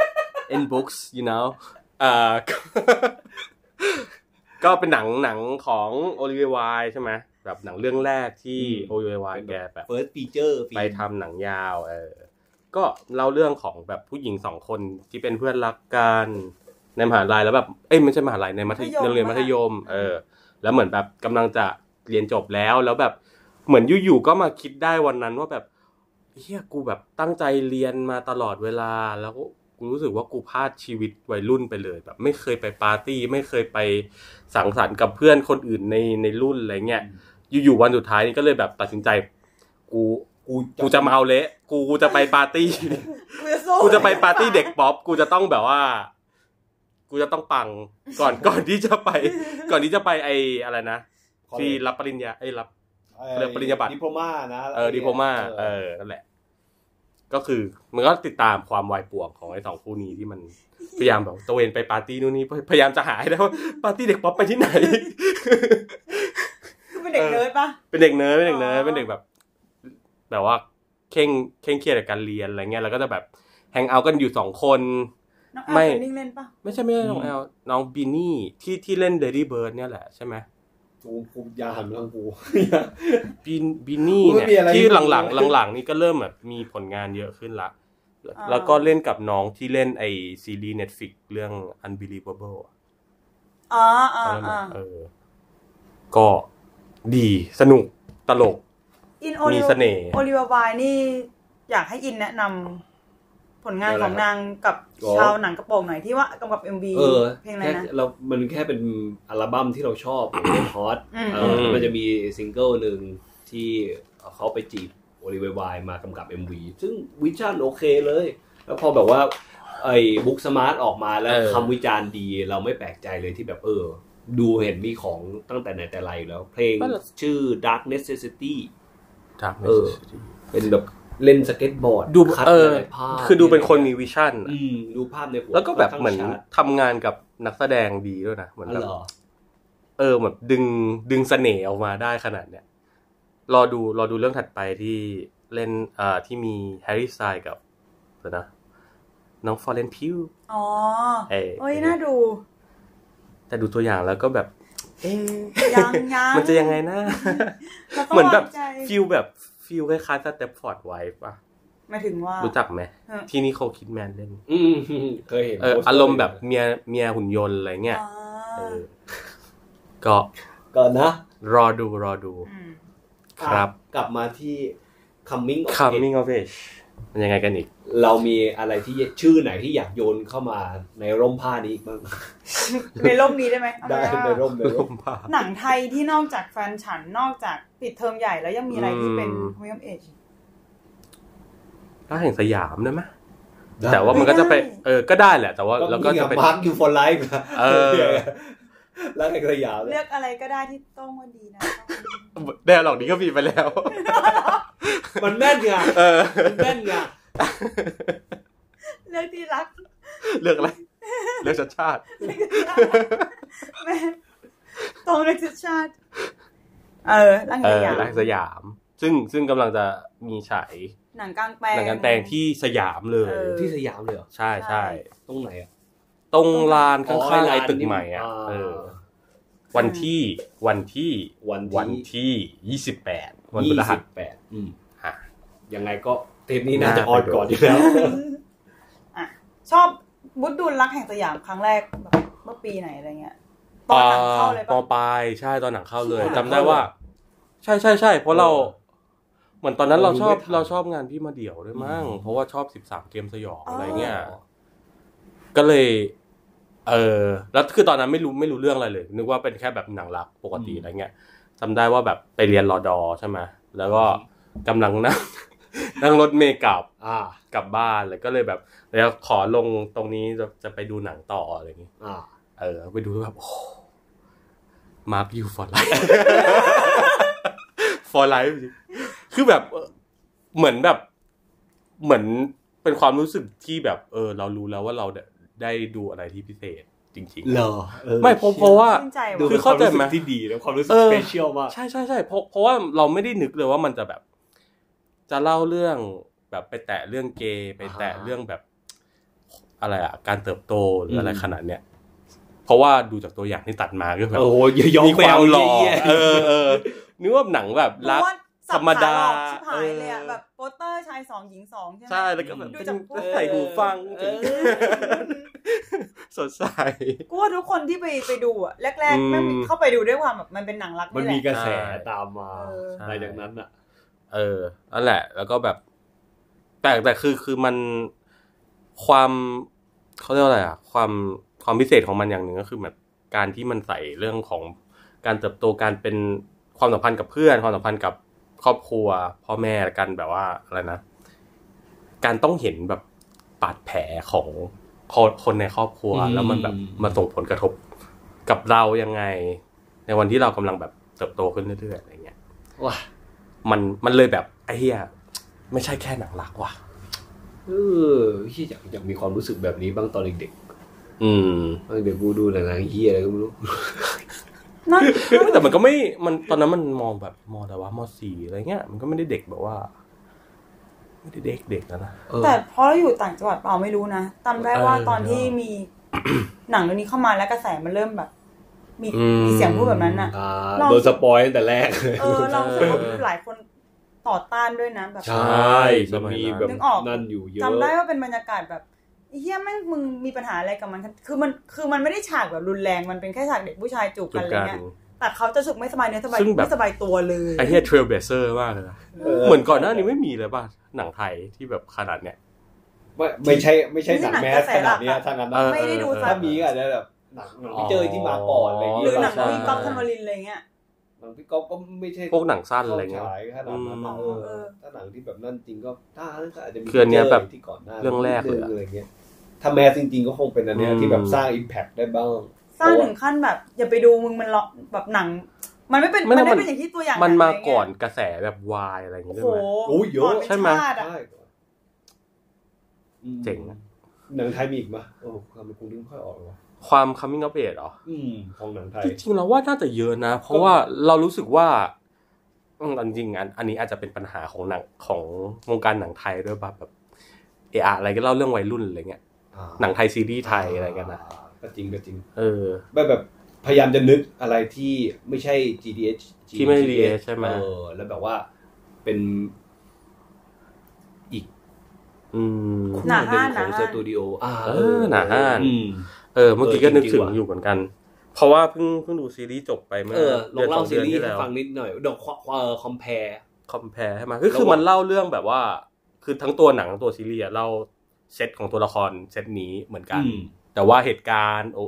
in books you know อ่า ก็เป็นหนังหนังของโอลิเว i วายใช่ไหมแบบหนังเรื่องแรกที่ อืม โอลิเว i วายแกแบบ first feature ไปทำหนังยาว เออ ก็เล่าเรื่องของแบบผู้หญิงสองคนที่เป็นเพื่อนรักกันในมหาลัยแล้วแบบเอ้ยไม่ใช่มหาลัยในมัธยในมัธยมโรงเรียนมัธยม มหาลัย เออ แล้วเหมือนแบบกำลังจะเรียนจบแล้วแล้วแบบเหมือนอยู่ๆก็มาคิดได้วันนั้นว่าแบบเฮียกูแบบตั้งใจเรียนมาตลอดเวลา แล้วก็กูรู้สึกว่ากูพลาดชีวิตวัยรุ่นไปเลย แบบไม่เคยไปปาร์ตี้ไม่เคยไปสังสรรค์กับเพื่อนคนอื่นในในรุ่นอะไรเงี้ย อยู่ๆวันสุดท้ายนี่ก็เลยแบบตัดสินใจ กู กู กูจะมาเอาเละกูกูจะไปปาร์ตี้ กูจะสู้ กูจะไปปาร์ตี้เด็กป๊อปกูจะต้องแบบว่า กูจะต้องปังก่อนก่อนที่จะไป ก่อนที่จะไปไออะไรนะ ขอ ที่รับปริญญาไอยรับ อ้ เรียนปริญญาบัตร ดิโพมานะ เออดีโพมาเออนั่นแหละ ก็คือมันก็ติดตามความวายป่วงของไอ้สองคู่นี้ที่ มันพยายามแบบตะเวนไปปาร์ตี้นู่นนี่พยายามจะหาให้ได้ ว่าปาร์ตี้เด็กป๊อปไปที่ไหน คือเป็นเด็กเนิร์ดปะ เป็นเด็กเนิร์ดเป็นเด็กเนิร์ด อ๋อ เป็นเด็กแบบ แบบว่าเคร่งเคร่งเครียดกับการเรียนอะไรเงี้ยแล้วก็จะแบบแฮงเอาท์กันอยู่สองคน น้องแอล ไม่ เป็นนิ่งเล่นปะ ไม่ใช่ไม่ใช่น้องแอลน้องบินนี่ที่ที่เล่นเดดี้เบิร์ดเนี่ยแหละใช่ไหม กูกูอยาหันมาทางกู บินบินนี่ กูไม่ เนี่ย มีอะไร ที่หลังห ให้ ลัง ดู หลั เลย งหลังๆนี่ก็เริ่มแบบมีผลงานเยอะขึ้นละ แล้วก็เล่นกับน้องที่เล่นไอซีรีส์เน็ตฟิกเรื่อง Unbelievable อะ อ๋ออ๋อ จำได้ไหม อ๋อ เออ ก็ดีสนุกตลก อินโอ มี ลิ เสน่ห์ โอลิวาวายนี่ อยากให้อินแนะนำผลงาน อะไร ของนางกับ อ๋อ ชาวหนังกระโปรงหน่อยที่ว่ากำกับเอ็มบี เออ เพลงอะไร แค่ นะ เรา มันแค่เป็นอัลบั้มที่เราชอบของเล่นฮอต อืม เออแล้วมันจะมีซิงเกิลหนึ่งที่เขาไปจีบโอลิเวยวายมากำกับ MV ซึ่งวิจารณ์โอเคเลย แล้วพอแบบว่า ไอ้บุ๊กสมาร์ทออกมาแล้ว เออ คำวิจารณ์ดีเราไม่แปลกใจเลยที่แบบเออ ดูเห็นมีของตั้งแต่ไหนแต่ไรอยู่แล้ว เพลงชื่อ Dark Necessity ทาง เออ เป็นแบบเล่นสเก็ตบอร์ด ดู คัด เออ หลายๆภาพ คือดูเป็นคนมีวิชั่นอะ อืมดูภาพในหัว แล้วก็แบบ ค่อข้าง เหมือน ชัด ทำงานกับนักแสดงดีด้วยนะเหมือน อ๋อ แบบ เหรอ เออแบบดึงดึงเสน่ห์ออกมาได้ขนาดเนี้ยรอดูรอดูเรื่องถัดไปที่เล่นอ่าที่มีแฮร์รี่สไตล์กับเดี๋ยวนะ น้องฟอร์เรนพิว อ๋อ เอ้ย เอ้ยน่าดู แต่ดูตัวอย่างแล้วก็แบบเอ๊ะ ยังยัง มันจะยังไง นะ เราต้อง เหมือนแบบ วางใจ ฟิลแบบฟิลคล้ายๆสเตปฟอร์ดไวฟ์ป่ะ หมายถึงว่า รู้จักไหม เออ ที่นี่เขาคิดแมนเล่น อืม เคยเห็น เออ โพสต์ อารมณ์แบบเมียเมียหุ่นยนต์อะไรเงี้ย อ๋อ เออก็ ก่อนนะ รอดูรอดู ม ครับ อ่ะกลับมาที่ coming of age coming of age มันยังไงกันอีก เรามีอะไรที่ชื่อไหนที่อยากโยนเข้ามาในร่มผ้านี้บ้าง ในร่มนี้ได้ไหมเอา ได้ หม ในร่มใน ล ร่ม มพา หนังไทยที่นอกจากแฟนฉันนอกจากปิดเทอมใหญ่แล้วยังมีอะไรที่เป็น อืม คอมมิ่งเอจ ร้านแห่งสยามนะมะ แต่ว่ามันก็จะไป ไม่ได้ เออ ก็ได้แหละ แต่ว่า แล้ แล้ว ว ก็ ก็ จะ จะ เป็ เป็นน มาร์คยูฟอร์ไลฟ์ เออ แล้วในสยาม เลือกอะไรก็ได้ที่ต้องว่าดีนะ ต้องว่าดี แดร์หลอกนี้ก็มีไปแล้ว มันแม่นไง เออ มันแม่นไง เลือกที่รัก เลือกอะไร เลือกชาติชาติ เลือกที่รัก แม่ตรงเลยทุกชาติ เออร่าง เอ ใหญ่ อร้านแห่งสยาม ซึ่งซึ่งกำลังจะมีฉาย หนังกลางแปลง หนังกลารแปลงที่สยามเลย เออ ที่สยามเลยเหรอ ใช่ใช่ ใช่ ตรงไหนอ่ะ ตรงลานข้ อ๋ างๆ ล ไอ้ น ตึกใหม่อ่ะ า เออ วันที่วันที่ วันที่ วันที่ยี่สิบแปดวันพฤหัส ยี่สิบแปดอืม อ่ะ ยังไงก็เทปนี้น่าจะ น่า ออน ไปดู ก่อนอยู่แล้ว อ่ะชอบบุตดูลรักแห่งสยามครั้งแรกแบบเมื่อปีไหนอะไรเงี้ยตอนหนังเข้าเลย อ่ ปะ มปลายใช่ตอนหนังเข้าเลย ใช่ จำได้ว่า ใช่ใช่ใช่เพราะเรา เหมือนตอนนั้นเราชอบ เราดูเราไม่ทันชอบงานพี่มาเดี่ยวด้วยมั้ง อืม เพราะว่าชอบสิบสามเกมสยอง อ๋ออ อะไรเงี้ยก็เลย เออแล้วคือตอนนั้นไม่รู้ไม่รู้เรื่องอะไรเลย นึกว่าเป็นแค่แบบหนังรักปกติอะไรเงี้ยจำได้ว่าแบบไปเรียนรอดอใช่ไหมแล้วก็กำลัง นั่ง นั่งรถเมล์กลับ อ่า กลับบ้านแล้วก็เลยแบบแล้วขอลงตรงนี้จะจะไปดูหนังต่ออะไรอย่างงี้ อ่า เออไปดูแล้วแบบโอ้มาร์คยูฟอร์ไล ฟ์ฟอร์ไลฟ์ คือแบบเออเหมือนแบบ เหมือนเป็นความรู้สึกที่แบบ เออ เรารู้แล้วว่าเราได้ได้ดูอะไรที่พิเศษจริง เหรอออ ๆ ไม่เพราะเพราะว่า ชื่นใจ ดู ว่ะ คื คือ อ เข้า เข้าใจใจไห ไห ม ม ที่ดีแล้วความรู้สึก เอ ส อ เปเชียลมาก ใช่ใช่ใช่เพราะเพราะว่าเราไม่ได้นึกเลยว่ามันจะแบบ จะเล่าเรื่องแบบไปแตะเรื่องเกย์ไปแตะ อ่าฮะ เรื่องแบบ อะไรอะการเติบโตหรืออะไร อืม ขนาดเนี้ยเพราะว่าดูจากตัวอย่างที่ตัดมาก็แบบ โอ้โหยยอม มีความหล่อ เยะๆ เออเออนึกว่าหนังแบบรัก เพราะว่าส สั ธ บ รรมดา ขาหลอกชิบหายเลยอะ เออ แบบโปสเตอร์ชายสองหญิงสองใช่ไหม ใช่แล้วก็แบบ ดูจากพวก ใส่หูฟัง เออ สดใส กูว่าทุกคนที่ไปไปดูอะแรก อืมๆแม่งเข้าไปดูด้วยความแบบมันเป็นหนังรัก มัน นี่มีแหละ กระแสตามมา เออ หลังจากนั้นอ่ะ เออนั่นแหละ แล้วก็แบบ แต่แต่คือคือมันความเขาเรียกว่าอะไรอ่ะ ความความพิเศษของมันอย่างหนึ่งก็คือแบบการที่มันใส่เรื่องของการเติบโตการเป็นความสัมพันธ์กับเพื่อน ความสัมพันธ์กับครอบครัว พ่อแม่กันแบบว่าอะไรนะการต้องเห็นแบบบาดแผลของคนคนในครอบครัว อืม แล้วมันแบบมาส่งผลกระทบกับเรายังไง ในวันที่เรากำลังแบบเติบโตขึ้นเรื่อยๆอะไรเงี้ย ว้า มันมันเลยแบบไอ้เหี้ยไม่ใช่แค่หนังรักว่ะ เออเหี้ยอยากอยากมีความรู้สึกแบบนี้บ้างตอนเด็ก อืม ๆตอนเด็กกูดูหนังเฮียอะไรก็ไม่รู้ นั่ น แต่มันก็ไม่มันตอนนั้นมันมองแบบมองแต่ว่ามสี่อะไรเงี้ยมันก็ไม่ได้เด็กแบบว่า ไม่ได้เด็กเด็กแล้วนะ เออ แต่เพราะเราอยู่ต่างจังหวัดเปล่าไม่รู้นะจำได้ว่า เออ ตอนที่มี หนังเรื่องนี้เข้ามาแล้วกระแสมันเริ่มแบบ มีมีเสียงพูดแบบนั้นอะ อ่า เรา โดนสปอยตั้งแต่แรกเลย เออเรารู้สึกว่าหลายคนต่อต้านด้วยนะแบบ ใช่มันมีแบบ นึกออก นั่นอยู่เยอะ จำได้ว่าเป็นบรรยากาศแบบไอ้เฮียแม่งมึงมีปัญหาอะไรกับมัน คือมันคือมันไม่ได้ฉากแบบรุนแรงมันเป็นแค่ฉากเด็กผู้ชายจูบ จุ กั ด นอะไร กัน เงี้ยแต่เขาจะรู้สึกไม่สบายเนื้อสบาย ซึ่งแบบ ไม่สบายตัวเลย ไอ้เหี้ยเทรลเบเซอร์มากเลยนะ เออ เหมือนก่อนหน้านี้ไม่มีเลยป่ะหนังไทยที่แบบขนาดเนี้ย ไม่ไม่ใช่ไม่ใช่หนังแมสขนาดเนี้ยถ้างั้นนะ เออ ไม่ได้ดู เ สั ถ้าก มีก็อาจจะแบบหนังหนังพี่เจอที่มาก่อนอะไรอย่าง ห เงี้ย รือหนัง ใช่ ของพี่ก๊อฟธันวรินทร์อะไรเงี้ย หนังพี่ก๊อฟก็ไม่ใช่ พวกหนังสั้นอะไรเงี้ย ข้าฉายขนาดนั้นนะ อืม เออถ้าหนังที่แบบนั่นจริงก็ถ้าก็อาจจะมี คืออันเนี้ยแบบ ที่ก่อนหน้า เรื่องแรกเลยอะ อะไรเงี้ยถ้าแมสจริงๆก็คงเป็นอันเนี้ย อืม ที่แบบสร้างอิมแพคได้บ้าง สร้างถึงขั้นแบบ อย่าไปดูมึงมันหลอกแบบหนัง มันไม่เป็น ไม่ มัน นะ ไม่ มัน เป็นอย่างที่ตัวอย่าง มันมา หงะไรเงี้ย ก่อนกระแสแบบวายอะไรอย่าง โอ้ เงี้ยด้ โวยไหมหโอ้ยเยอะ ก่นป็น ใช่ไหม ชาติอะ ได้อืม เจ๋งอะ หนังไทยมีอีกปะโอ้ความเป็นกูนึกไม่ค่อยออกเลยวะ ความ coming of age เหรอ อืมของหนังไทย จริงๆเราว่าน่าจะเยอะนะ เพราะว่าเรารู้สึกว่าอืมอันจริงอันอันนี้อาจจะเป็นปัญหาของหนังของวงการหนังไทยด้วยป่ะแบบเอออะไรก็เล่าเรื่องวัยรุ่นอะไรเงี้ยหนังไทยซีรีส์ไทยอะไรกันนะ ก็จริงก็จริง เออ แบบแบบพยายามจะนึกอะไรที่ไม่ใช่ G D H ที่ไม่ GDH ใช่ไหม เออ แล้วแบบว่าเป็นอีก อืม คู่หนึ่งของสตูดิโออ่า เออหนาห้าน อืม เออ เมื่อกี้ก็นึกถึง เออจริงๆว่ะ อยู่เหมือนกัน เพราะว่าเพิ่งเพิ่งดูซีรีส์จบไปเมื่อ เออลองเล่า ดืนสดืซีน รีส์ ที่ ให้ แล้ว ฟังนิดหน่อยเดอกคอมเพล คอม p พ r e ให้มาก็คือ ระหว่าง มันเล่าเรื่องแบบว่า คือทั้งตัวหนังทั้งตัวซีรีส์อะเล่าเซตของตัวละครเซตนี้เหมือนกัน แต่ว่าเหตุการณ์โอ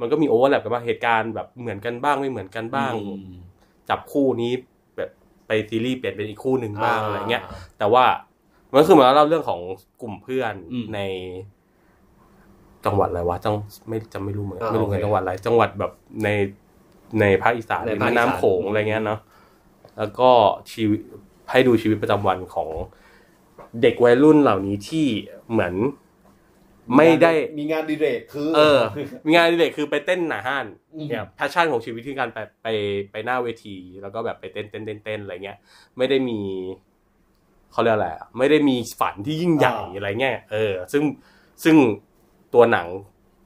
มันก็มีโอเวอร์แลปกันบ้างเหตุการณ์แบบเหมือนกันบ้างไม่เหมือนกันบ้าง จับคู่นี้แบบไปซีรีส์เปลี่ยนเป็นอีกคู่หนึ่งบ้างอะไรเงี้ย แต่ว่ามันคือเหมอนเล่าเรื่องของกลุ่มเพื่อน อืม ใน จังหวัดอะไรวะจังไม่จำไม่รู้เหมือนกัน อ่า ไม่รู้เหมือนกัน โอเค จังหวัดอะไรจังหวัดแบบในในภาคอีสาน ใน ใน ภาแม่คอีสาน น้ำโขงอะไรเงี้ยเนาะแล้วก็ชีวิตให้ดูชีวิตประจำวันของเด็กวัยรุ่นเหล่านี้ที่เหมือนไม่ได้ มีงานดีเรกคือ เออ มีงานอดิเรกคือไปเต้นหนาห้าน อืม เนี่ยแพชชั่นของชีวิตคือการไปไปไปหน้าเวที แล้วก็แบบไปเต้นเต้นเต้นเต้นอะไรเงี้ย ไม่ได้มีเขาเรียกอะไรอะไม่ได้มีฝันที่ยิ่งใหญ่ อ่า อะไรเงี้ยเออ ซึ่งซึ่งตัวหนัง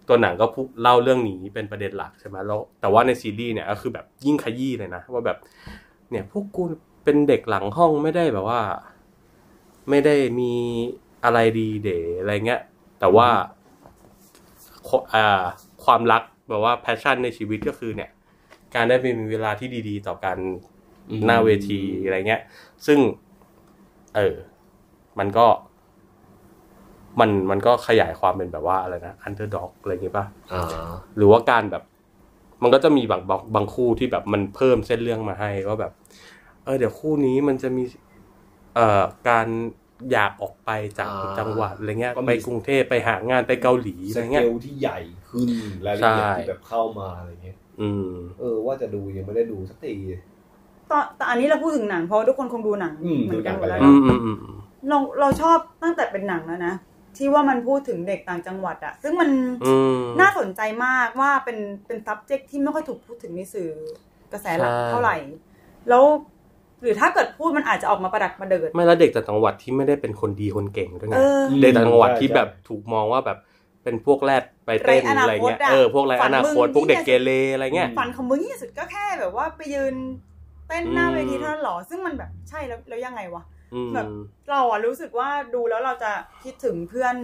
ตัวหนังก็พูดเล่าเรื่องนี้เป็นประเด็นหลักใช่ไหมแล้ว แต่ว่าในซีรีส์เนี่ยก็คือแบบยิ่งขยี้เลยนะว่าแบบ เนี่ยพวกกูเป็นเด็กหลังห้องไม่ได้แบบว่า ไม่ได้มีอะไรดีเด๋อะไรเงี้ย แต่ว่าควอ่าความรักแบบว่าแพชชั่นในชีวิตก็คือเนี่ย การได้มีเวลาที่ดีๆ ต่อกันหน้าเวทีอะไรเงี้ย ซึ่ง เออ มันก็ มันมันก็ขยายความเป็นแบบว่าอะไรนะอันเดอร์ด็อกอะไรอย่างงี้ป่ะ อ่า หรือว่าการแบบ มันก็จะมีบางบางบางคู่ที่แบบมันเพิ่มเส้นเรื่องมาให้ว่าแบบ เออ เดี๋ยวคู่นี้มันจะมี เอ่อการอยากออกไปจาก อ่า จังหวัดอะไรเงี้ย ก็มี ไปกรุงเทพไปหางานไปเกาหลี ส อะไร เก เงี้ย ลที่ใหญ่ขึ้นรายละเอียด ใช่ ที่แบบเข้ามาอะไรเงี้ย อืม เออว่าจะดูยังไม่ได้ดูสักที ตอนแต่อันนี้เราพูดถึงหนังเพราะว่าทุกคนคงดูหนัง อืม เหมือนกันหมดแล้ว อื นะ มอืมอืมอืม เราเราชอบตั้งแต่เป็นหนังแล้วนะ ที่ว่ามันพูดถึงเด็กต่างจังหวัดอะซึ่งมัน อืม น่าสนใจมากว่าเป็นเป็น subject ที่ไม่ค่อยถูกพูดถึงในสื่อกระแสหลัก ใช่ เท่าไหร่ แล้วหรือถ้าเกิดพูดมันอาจจะออกมาประดักประเดิด ไม่และเด็กจากจังหวัดที่ไม่ได้เป็นคนดีคนเก่งด้วยไง เออ เด็กจากจังหวัดที่ ใช่ แบบถูกมองว่าแบบเป็นพวกแรดไปเต้น ไร้อนาคต อะไรเงี้ย อะ เออพวกไร ฝั อนนาคต มึง พวกเด็ก ที่ เก จะ เรอะไรเงี้ย ฝันของมึงที่สุดก็แค่แบบว่าไปยืน ต้นหน้าเวทีเท่านั้นหรอ ซึ่งมันแบบใช่แล้วแล้วยังไงวะ อืม แบบ เราอะรู้สึกว่าดูแล้วเราจะคิดถึงเพื่อน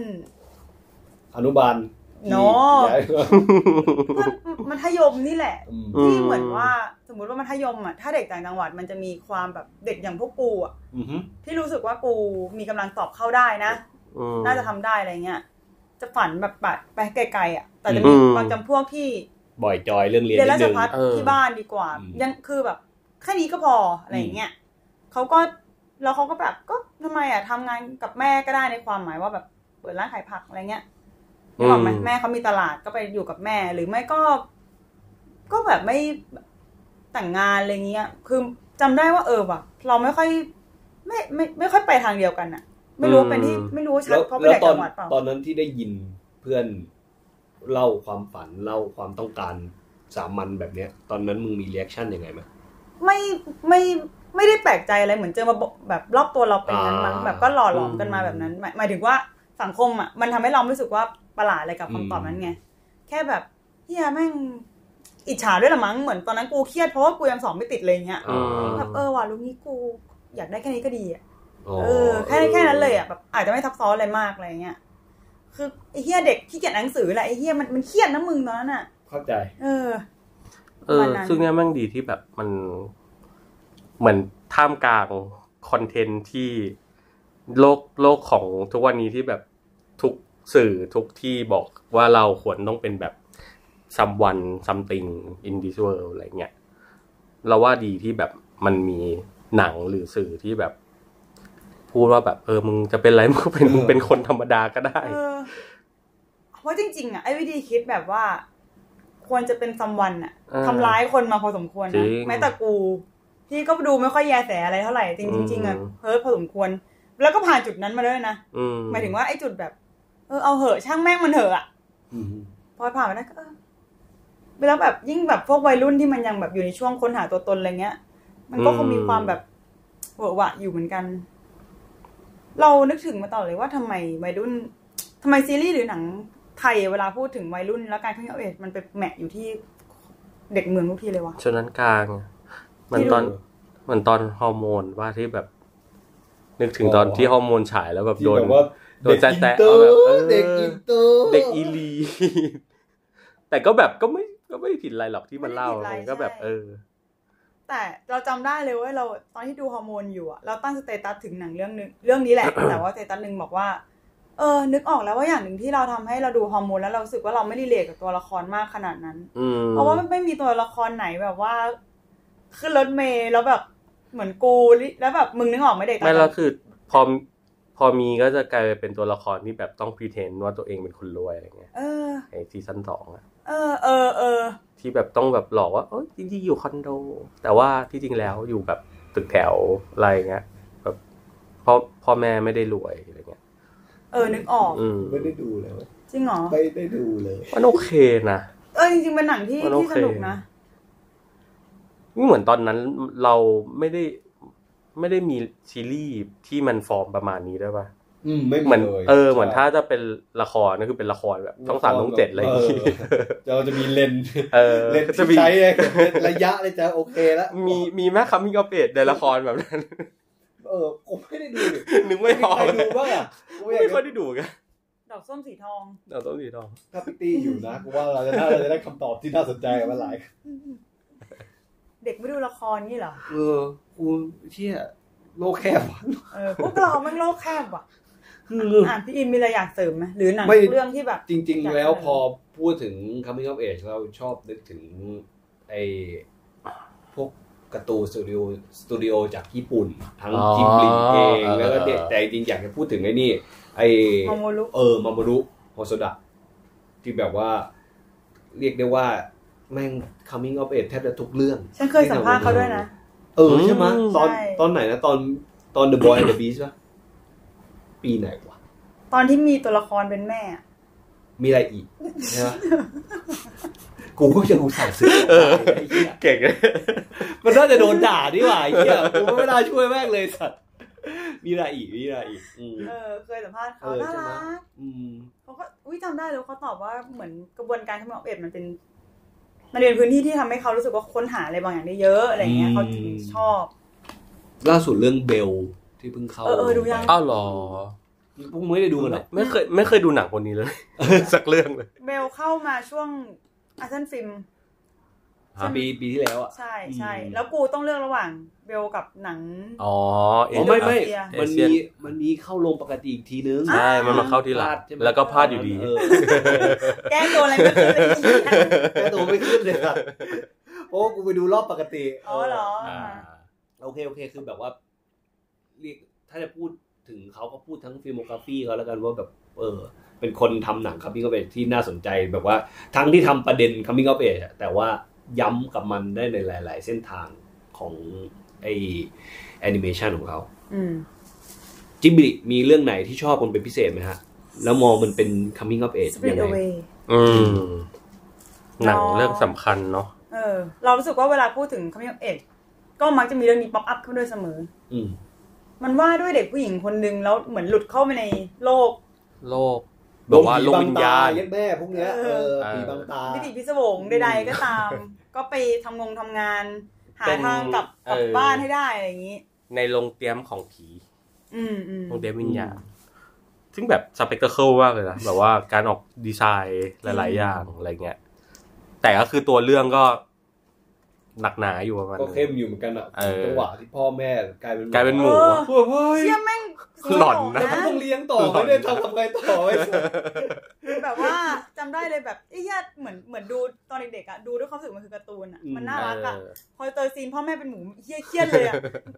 อนุบาล เนาะ ย้าย เพื่อนมัธยมนี่แหละ อืม ที่เหมือนว่าสมมุติว่ามัธยมอ่ะถ้าเด็กต่างจังหวัดมันจะมีความแบบเด็กอย่างพวกกูอ่ะ อือฮึ ที่รู้สึกว่ากูมีกำลังสอบเข้าได้นะ อืม น่าจะทำได้อะไรเงี้ยจะฝันแบบไปไกลๆอ่ะแต่จะมี อืม บางจำพวกที่ บ่อยจอยเรื่องเรียน เรียน นิ รา ด ช นึง พัฒ เออ ที่บ้านดีกว่า อืม ยังคือแบบแค่นี้ก็พออะไรอย่างเงี้ยเขาก็แล้วเขาก็แบบก็ทำไมอ่ะทำงานกับแม่ก็ได้ในความหมายว่าแบบเปิดร้านขายผักอะไรเงี้ย นึกออกไหมแม่เขามีตลาดก็ไปอยู่กับแม่ หรือไม่ก็ ก็แบบไม่แต่างงานอะไรเงี้ย คือจำได้ว่าเออว่ะ เราไม่ค่อย ไม่ไม่ไม่ค่อยไปทางเดียวกันอะไม่รู้ว่าเป็นที่ อืม ไม่รู้ว่าชั แล้ ด ว เพราะไป แล้วตจากอน จังหวัดเปล่า ตอนนั้นที่ได้ยินเพื่อนเล่าความฝันเล่าความต้องการสามัญแบบเนี้ย ตอนนั้นมึงมีเรีแอคชั่นยังไงไหม ไม่ไม่ไม่ได้แปลกใจอะไรเหมือนเจอมาบอกแบบรอบตัวเราเป็นนั้นมั้ง อ่า แบบก็หล่อหลอมกันมาแบบนั้นหมายหมายถึงว่าสังคมอะมันทำให้เราไม่รู้สึกว่าประหลาดอะไรกับคำตอบนั้นไงแค่แบบเฮียแม่งอิจฉาด้วยละมั้งเหมือนตอนนั้นกูเครียดเพราะว่ากูยังสอบไม่ติดเลยเงี้ย อืม แบบเออว่ะลูกนี้กูอยากได้แค่นี้ก็ดีอ่ะ า เออแค่แค่นั้นเลยอ่ะแบบอาจจะไม่ทับซ้อนอะไรมากอะไรเงี้ยคือไอ้เฮียเด็กขี้เกียจอ่านหนังสือแหละไอ้เฮียมันมันเครียดนะมึงตอนนั้นอ่ะ เข้าใจ เออ เออวัน นั้น ซึ่งเนี่ยแม่งดีที่แบบมันเหมือนท่ามกลางคอนเทนต์ที่โลกโลกของทุกวันนี้ที่แบบทุกสื่อทุกที่บอกว่าเราควรต้องเป็นแบบ someone something in this world อะไรเงี้ยเราว่าดีที่แบบมันมีหนังหรือสื่อที่แบบ พูดว่าแบบ เออมึงจะเป็นอะไร มึงก็เป็นมึงเป็นคนธรรมดาก็ได้ เออเพราะจริง ๆ อ่ะไอ้วิธีคิดแบบว่า ควรจะเป็นซัมวันอ่ะ เออ ทำร้ายคนมาพอสมควร จริ นะ ง แม้แต่กูที่ก็ดูไม่ค่อยแยแสอะไรเท่าไหร่จริงๆจริงๆอ่ะ อืม เฮ้ยพอสมควร แล้วก็ผ่านจุดนั้นมาด้วยนะ อื หมายถึงว่าไอ้จุดแบบ เออเอาเหอะช่างแม่งมันเหอะอ่ะ พอผ่านไปได้ก็เออแล้วแบบยิ่งแบบพวกวัยรุ่นที่มันยังแบบอยู่ในช่วงค้นหาตัวตนอะไรเงี้ย มันก็คงมีความแบบเหวอะหวะอยู่เหมือนกัน เรานึกถึงมาตลอดเลยว่าทำไมวัยรุ่นทำไมซีรีส์หรือหนังไทยเวลาพูดถึงวัยรุ่น แล้วการขึ้นเอจมันไปแหมะอยู่ที่เด็กเมืองทุกทีเลยวะ ชนชั้นกลางอะเหมันตอน เหมือนตอนฮอร์โมนว่าที่แบบ นึกถึงตอน อ๋อ ที่ฮอร์โมนฉายแล้วแบบ ที่ โดน แบบว่า โดน เด็กอิน แตะๆ เตอ เอา ร์ แบบเออ เด็กอินเตอร์ เด็กอีลี แต่ก็แบบก็ไม่ก็ไม่ผิดอะไรหรอกที่มันเล่า ไม่ได้ผิดอะไร มันก็แบบ ใช่ เออ แต่เราจำได้เลยเว่าเราตอนที่ดูฮอร์โมนอยู่อะเราตั้งสเตตัสถึงหนังเรื่องนึงเรื่องนี้ แหละ แต่ว่าสเตตัสหนึ่งบอกว่า เออ นึกออกแล้วว่าอย่างหนึ่งที่เราทำให้เราดูฮอร์โมนแล้วเรารู้สึกว่าเราไม่รีเลทกับตัวละครมากขนาดนั้น อืม เพราะว่ามันไม่มีตัวละครไหนแบบว่าขึ้นรถเมล์แล้วแบบเหมือนกูลิแล้วแบบมึงนึกออกไหมเด็กตอน ไม่ นั้น แล้วคือพอพอมีก็จะกลายเป็นตัวละครที่แบบต้องพรีเทนว่าตัวเองเป็นคนรวยอะไรเงี้ย เออ ไอซีซั่นสองอะ เออ เออเออ ที่แบบต้องแบบหลอกว่าเอ้ยจริงๆอยู่คอนโด แต่ว่าที่จริงแล้วอยู่แบบตึกแถวอะไรเงี้ยแบบพ่อพ่อแม่ไม่ได้รวยอะไรเงี้ย เออ นึกออก อืม ไม่ได้ดูเลยเว้ย จริงเหรอ ไม่ได้ดูเลย มันโอเคนะ เออ จริงๆเป็นหนังที่ มันโอ ที่ เค สนุกนะ นี่เหมือนตอนนั้นเราไม่ได้ไม่ได้มีซีรีส์ที่มันฟอร์มประมาณนี้ด้วยป่ะ อืมไม่ เหมือน ลย เออเหมือน ใช่ ถ้าจะเป็นละครก็คือเป็นละครแบบต้องสามต้องเจ็ดอะไรอย่างงี้ เเราจะมีเลนส์ เออ เลนส์ จะ ที่ มี ใช้ระยะเลยจะโอเคแล้ว มีมีแม่คัมมิ่งออฟเอในละครแบบนั้น เออผมไม่ได้ดูดิ นึกไม่ออก ใคร เล ดู ย บ้างอ่ะกูอยาก ไม่ค่อย จะ ได้ดูกัน ดอกส้มสีทอง เอาต้นสีทอง ถ้าพิตตี้อยู่นะกูว่าเราจะน่าจะได้คำตอบที่น่าสนใจมาหลาย เด็กไม่ดูละครนี่เหรอ เออกูเชี่ยโลกแคบว่ะ เออ พวกเราแม่งโลกแคบว่ะ คือ อ่านพี่อินมีอะไรอยากเสริมไหมหรือหนัง ไม่ เรื่องที่แบบ จริง ๆ แล้วพอพูดถึง coming of age เราชอบนึกถึงไอ้พวกการ์ตูนสตูดิโอสตูดิโอจากญี่ปุ่น ทั้งจิมลิเองแล้วก็เนี่ยแต่จริงๆอยากจะพูดถึงไอ้นี่ไอ้ มอมโมรุ เออมามารุโฮโซดะที่แบบว่า เรียกได้ว่า แม่ง coming of age แทบจะทุกเรื่อง ฉันเคยสัมภาษณ์เขาด้วยนะ เออใช่ไหมยตอน ใช่ ตอนไหนนะ ตอนตอน The Boy and the Beast ป่ะ ปีไหนวะ ตอนที่มีตัวละครเป็นแม่อะ มีอะไรอีกใช่ไหม กูก็ยังอุตส่าห์ซื้อไอ้เหี้ย เก่งเลย มันน่าจะโดนด่าดีกว่าไอ้เหี้ยกูก็ไม่น่าช่วยแม่งเลยสัตว์ มีอะไรอีกมีอะไรอีกอืม เออ เคยสัมภาษณ์เขา เออ น่า ใช่ไหม รัก อืม เขาก็อุ้ยจำได้เลยว่าเขาตอบว่าเหมือนกระบวนการขมอเอ็ดมันเป็น มันเป็นพื้นที่ที่ทำให้เขารู้สึกว่าค้นหาอะไรบางอย่างได้เยอะอะไรอย่างเงี้ยเขาถึงชอบ ล่าสุดเรื่องเบลที่เพิ่งเข้า เออเออดูยัง อ้าวเหรอ พวกมึงไม่ได้ดูกันหรอ ไม่เคยไม่เคยดูหนังคนนี้เลย สักเรื่องเลย เบลเข้ามาช่วงอาเซนฟิล์ม ฮะ ปีปีที่แล้วอ่ะ ใช่ใช่ อืม แล้วกูต้องเลือกระหว่างเบลกับหนัง อ๋อเอ อ๋อไม่ไม่ เอเชีย มันมีมันมีเข้าลงปกติอีกทีนึง ใช่มันมาเข้าทีหลัง ใช่ไหม แล้วก็พลาดอยู่ดี เ แก้ตัวอะไรไม่เคย แค่ตัวไม่ขึ้นเลย ครับโอ้กูไปดูรอบปกติ อ๋อเหรออ่า โอเคโอเคคือแบบว่าเรียกถ้าจะพูดถึงเขาก็พูดทั้งฟิล์มโมกราฟีเขาแล้วกันว่าแบบ เออ เป็นคนทำหนังคัมมิ่งออฟเอที่น่าสนใจแบบว่า ทั้งที่ทำประเด็นคัมมิ่งออฟเอแต่ว่าย้ำกับมันได้ในหลาย ๆ เส้นทางของไอแอนิเมชันของเขา อืม จิบลิมีเรื่องไหนที่ชอบมันเป็นพิเศษไหมฮะ แล้วมองมันเป็น coming of age ยั Split งไง Away อืม หนังเรื่องสำคัญเนาะ เออ เรารู้สึกว่าเวลาพูดถึงคำนิยมเอกก็มักจะมีเรื่องนี้ป๊อปอัพขึ้นมาด้วยเสมอ อืม มันว่าด้วยเด็กผู้หญิงคนหนึ่งแล้วเหมือนหลุดเข้าไปในโลก โลกบอกว่าโลกวิญญาณ เย็ดแม่พวกเนี้ย เอ เอ อ อปีบางตา วิถีพิศวงใด ๆ ก็ตาม ก็ไปทำงงทำงาน หา เป็น ทางกลับกลับ เออ บ้านให้ได้อะไรอย่างนี้ ในโรงเตรียมของผี อืมอืม โรงเตรียมวิญญาณ ซึ่งแบบสเปกเคิลมากเลยนะ แบบว่าการออกดีไซน์หลาย ๆ อย่างอะไรเงี้ย แต่ก็คือตัวเรื่องก็หนักหนาอยู่ประมาณ ก็ นึง เข้มอยู่เหมือนกันอ่ะ เออ จังหวะที่พ่อแม่กลายเป็น กลายเป็นหมู โอ้โห เชี่ยแม่ง หลอนนะ เดี๋ยวมันต้องเลี้ยงต่อไม่ได้ทำทำไงต่อไอ้สัส แบบว่าจำได้เลยแบบไอ้ญาติเหมือนเหมือนดูตอนเด็กๆอะดูด้วยความรู้สึกมันคือการ์ตูนอะมันน่ารักอะ เออ พอเจอซีนพ่อแม่เป็นหมูเฮี้ยเครียดเลยอะ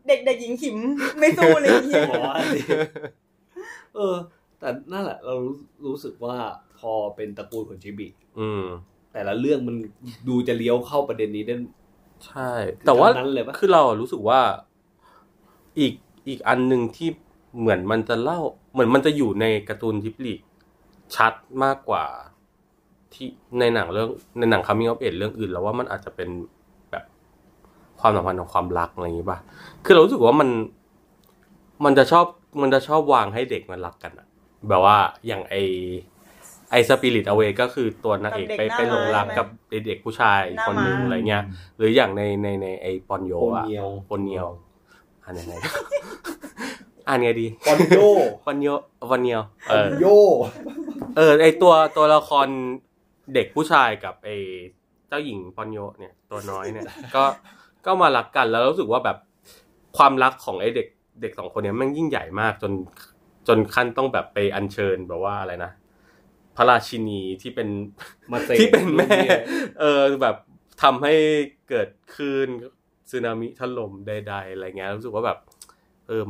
เด็กเด็กหญิงขิมไม่สู้เลยเฮี้ย เออ แต่นั่นแหละเรารู้รู้สึกว่าพอเป็นตระกูลของชิบิ อืม แต่ละเรื่องมันดูจะเลี้ยวเข้าประเด็นนี้ได้ ใช่ แต่ว่า ตอนนั้นเลยปะ คือเราอะรู้สึกว่าอีกอีกอันหนึ่งที่เหมือนมันจะเล่า เหมือนมันจะอยู่ในการ์ตูนทิปลีชัดมากกว่า ที่ในหนังเรื่องในหนัง coming of age เรื่องอื่น แล้วว่ามันอาจจะเป็นแบบความสัมพันธ์ของความรักอะไรอย่างนี้ป่ะคือเรารู้สึกว่ามัน มันจะชอบมันจะชอบวางให้เด็กมันรักกันอะแบบว่าอย่างไอไอสปิริตอเวก็คือตัวนางเอก กับ ไป เด็กไปหน้าหลงรัก ม้า กับไอ้เด็กผู้ชาย หน้า คนหนึ่ง ม้า อะไรเงี้ย หรืออย่างในในในไอปอนโย โป อะ เนียว ปอนเนียวอ่านยังไง อ่านไงดี ปอนโย ปอนโยปอนเนียว ป เอ อน อ โย เออไอตัวตัวละครเด็กผู้ชายกับไอเจ้าหญิงปอนโยเนี่ย ตัวน้อยเนี่ย ก็ก็มารักกันแล้วรู้สึกว่าแบบความรักของไอเด็กเด็กสองคนเนี้ยมันยิ่งใหญ่มากจนจนขั้นต้องแบบไปอัญเชิญแบบว่าอะไรนะพระราชินีที่เป็น มาเซ ที่เป็นแม่ เออแบบทำให้เกิดคลื่นสึนามิถล่มใด ๆ อะไรเงี้ยรู้สึกว่าแบบ เออ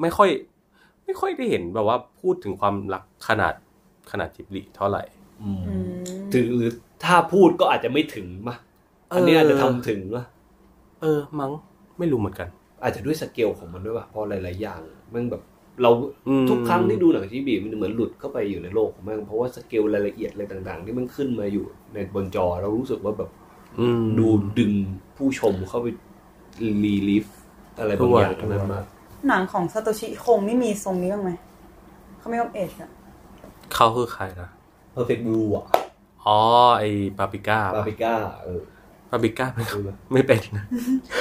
ไม่ค่อย ไม่ค่อยได้เห็นแบบว่าพูดถึงความรักขนาดขนาดจิบลิเท่าไหร่ อืม ถึงหรือถ้าพูดก็อาจจะไม่ถึงมะอันนี้อาจจะทำถึงวะ เออ มั้งไม่รู้เหมือนกัน อาจจะด้วยสเกลของมันด้วยป่ะเพราะหลาย ๆ อย่างแมันแบบเรา อืม ทุกครั้งที่ดูหนังชีบีมันเหมือนหลุดเข้าไปอยู่ในโลกของมันเพราะว่าสเกลรายละเอียดอะไรต่าง ๆ ที่มันขึ้นมาอยู่ในบนจอเรารู้สึกว่าแบบ อืม ดูดึงผู้ชมเข้าไปรีลิฟอะไรบางอย่าง ทั่ว ทั้งนั้นมาก หนังของซาโตชิคงนี่มีทรงนี้บ้างไหมเขาไม่ต้องเอชอะ เขาคือใครนะ เพอร์เฟกต์บลูอะ อ๋อไอ้ปาปริก้า บาปิก้าเออ ปาปริก้า ไม่ รู้ไหม ไม่เป็นนะ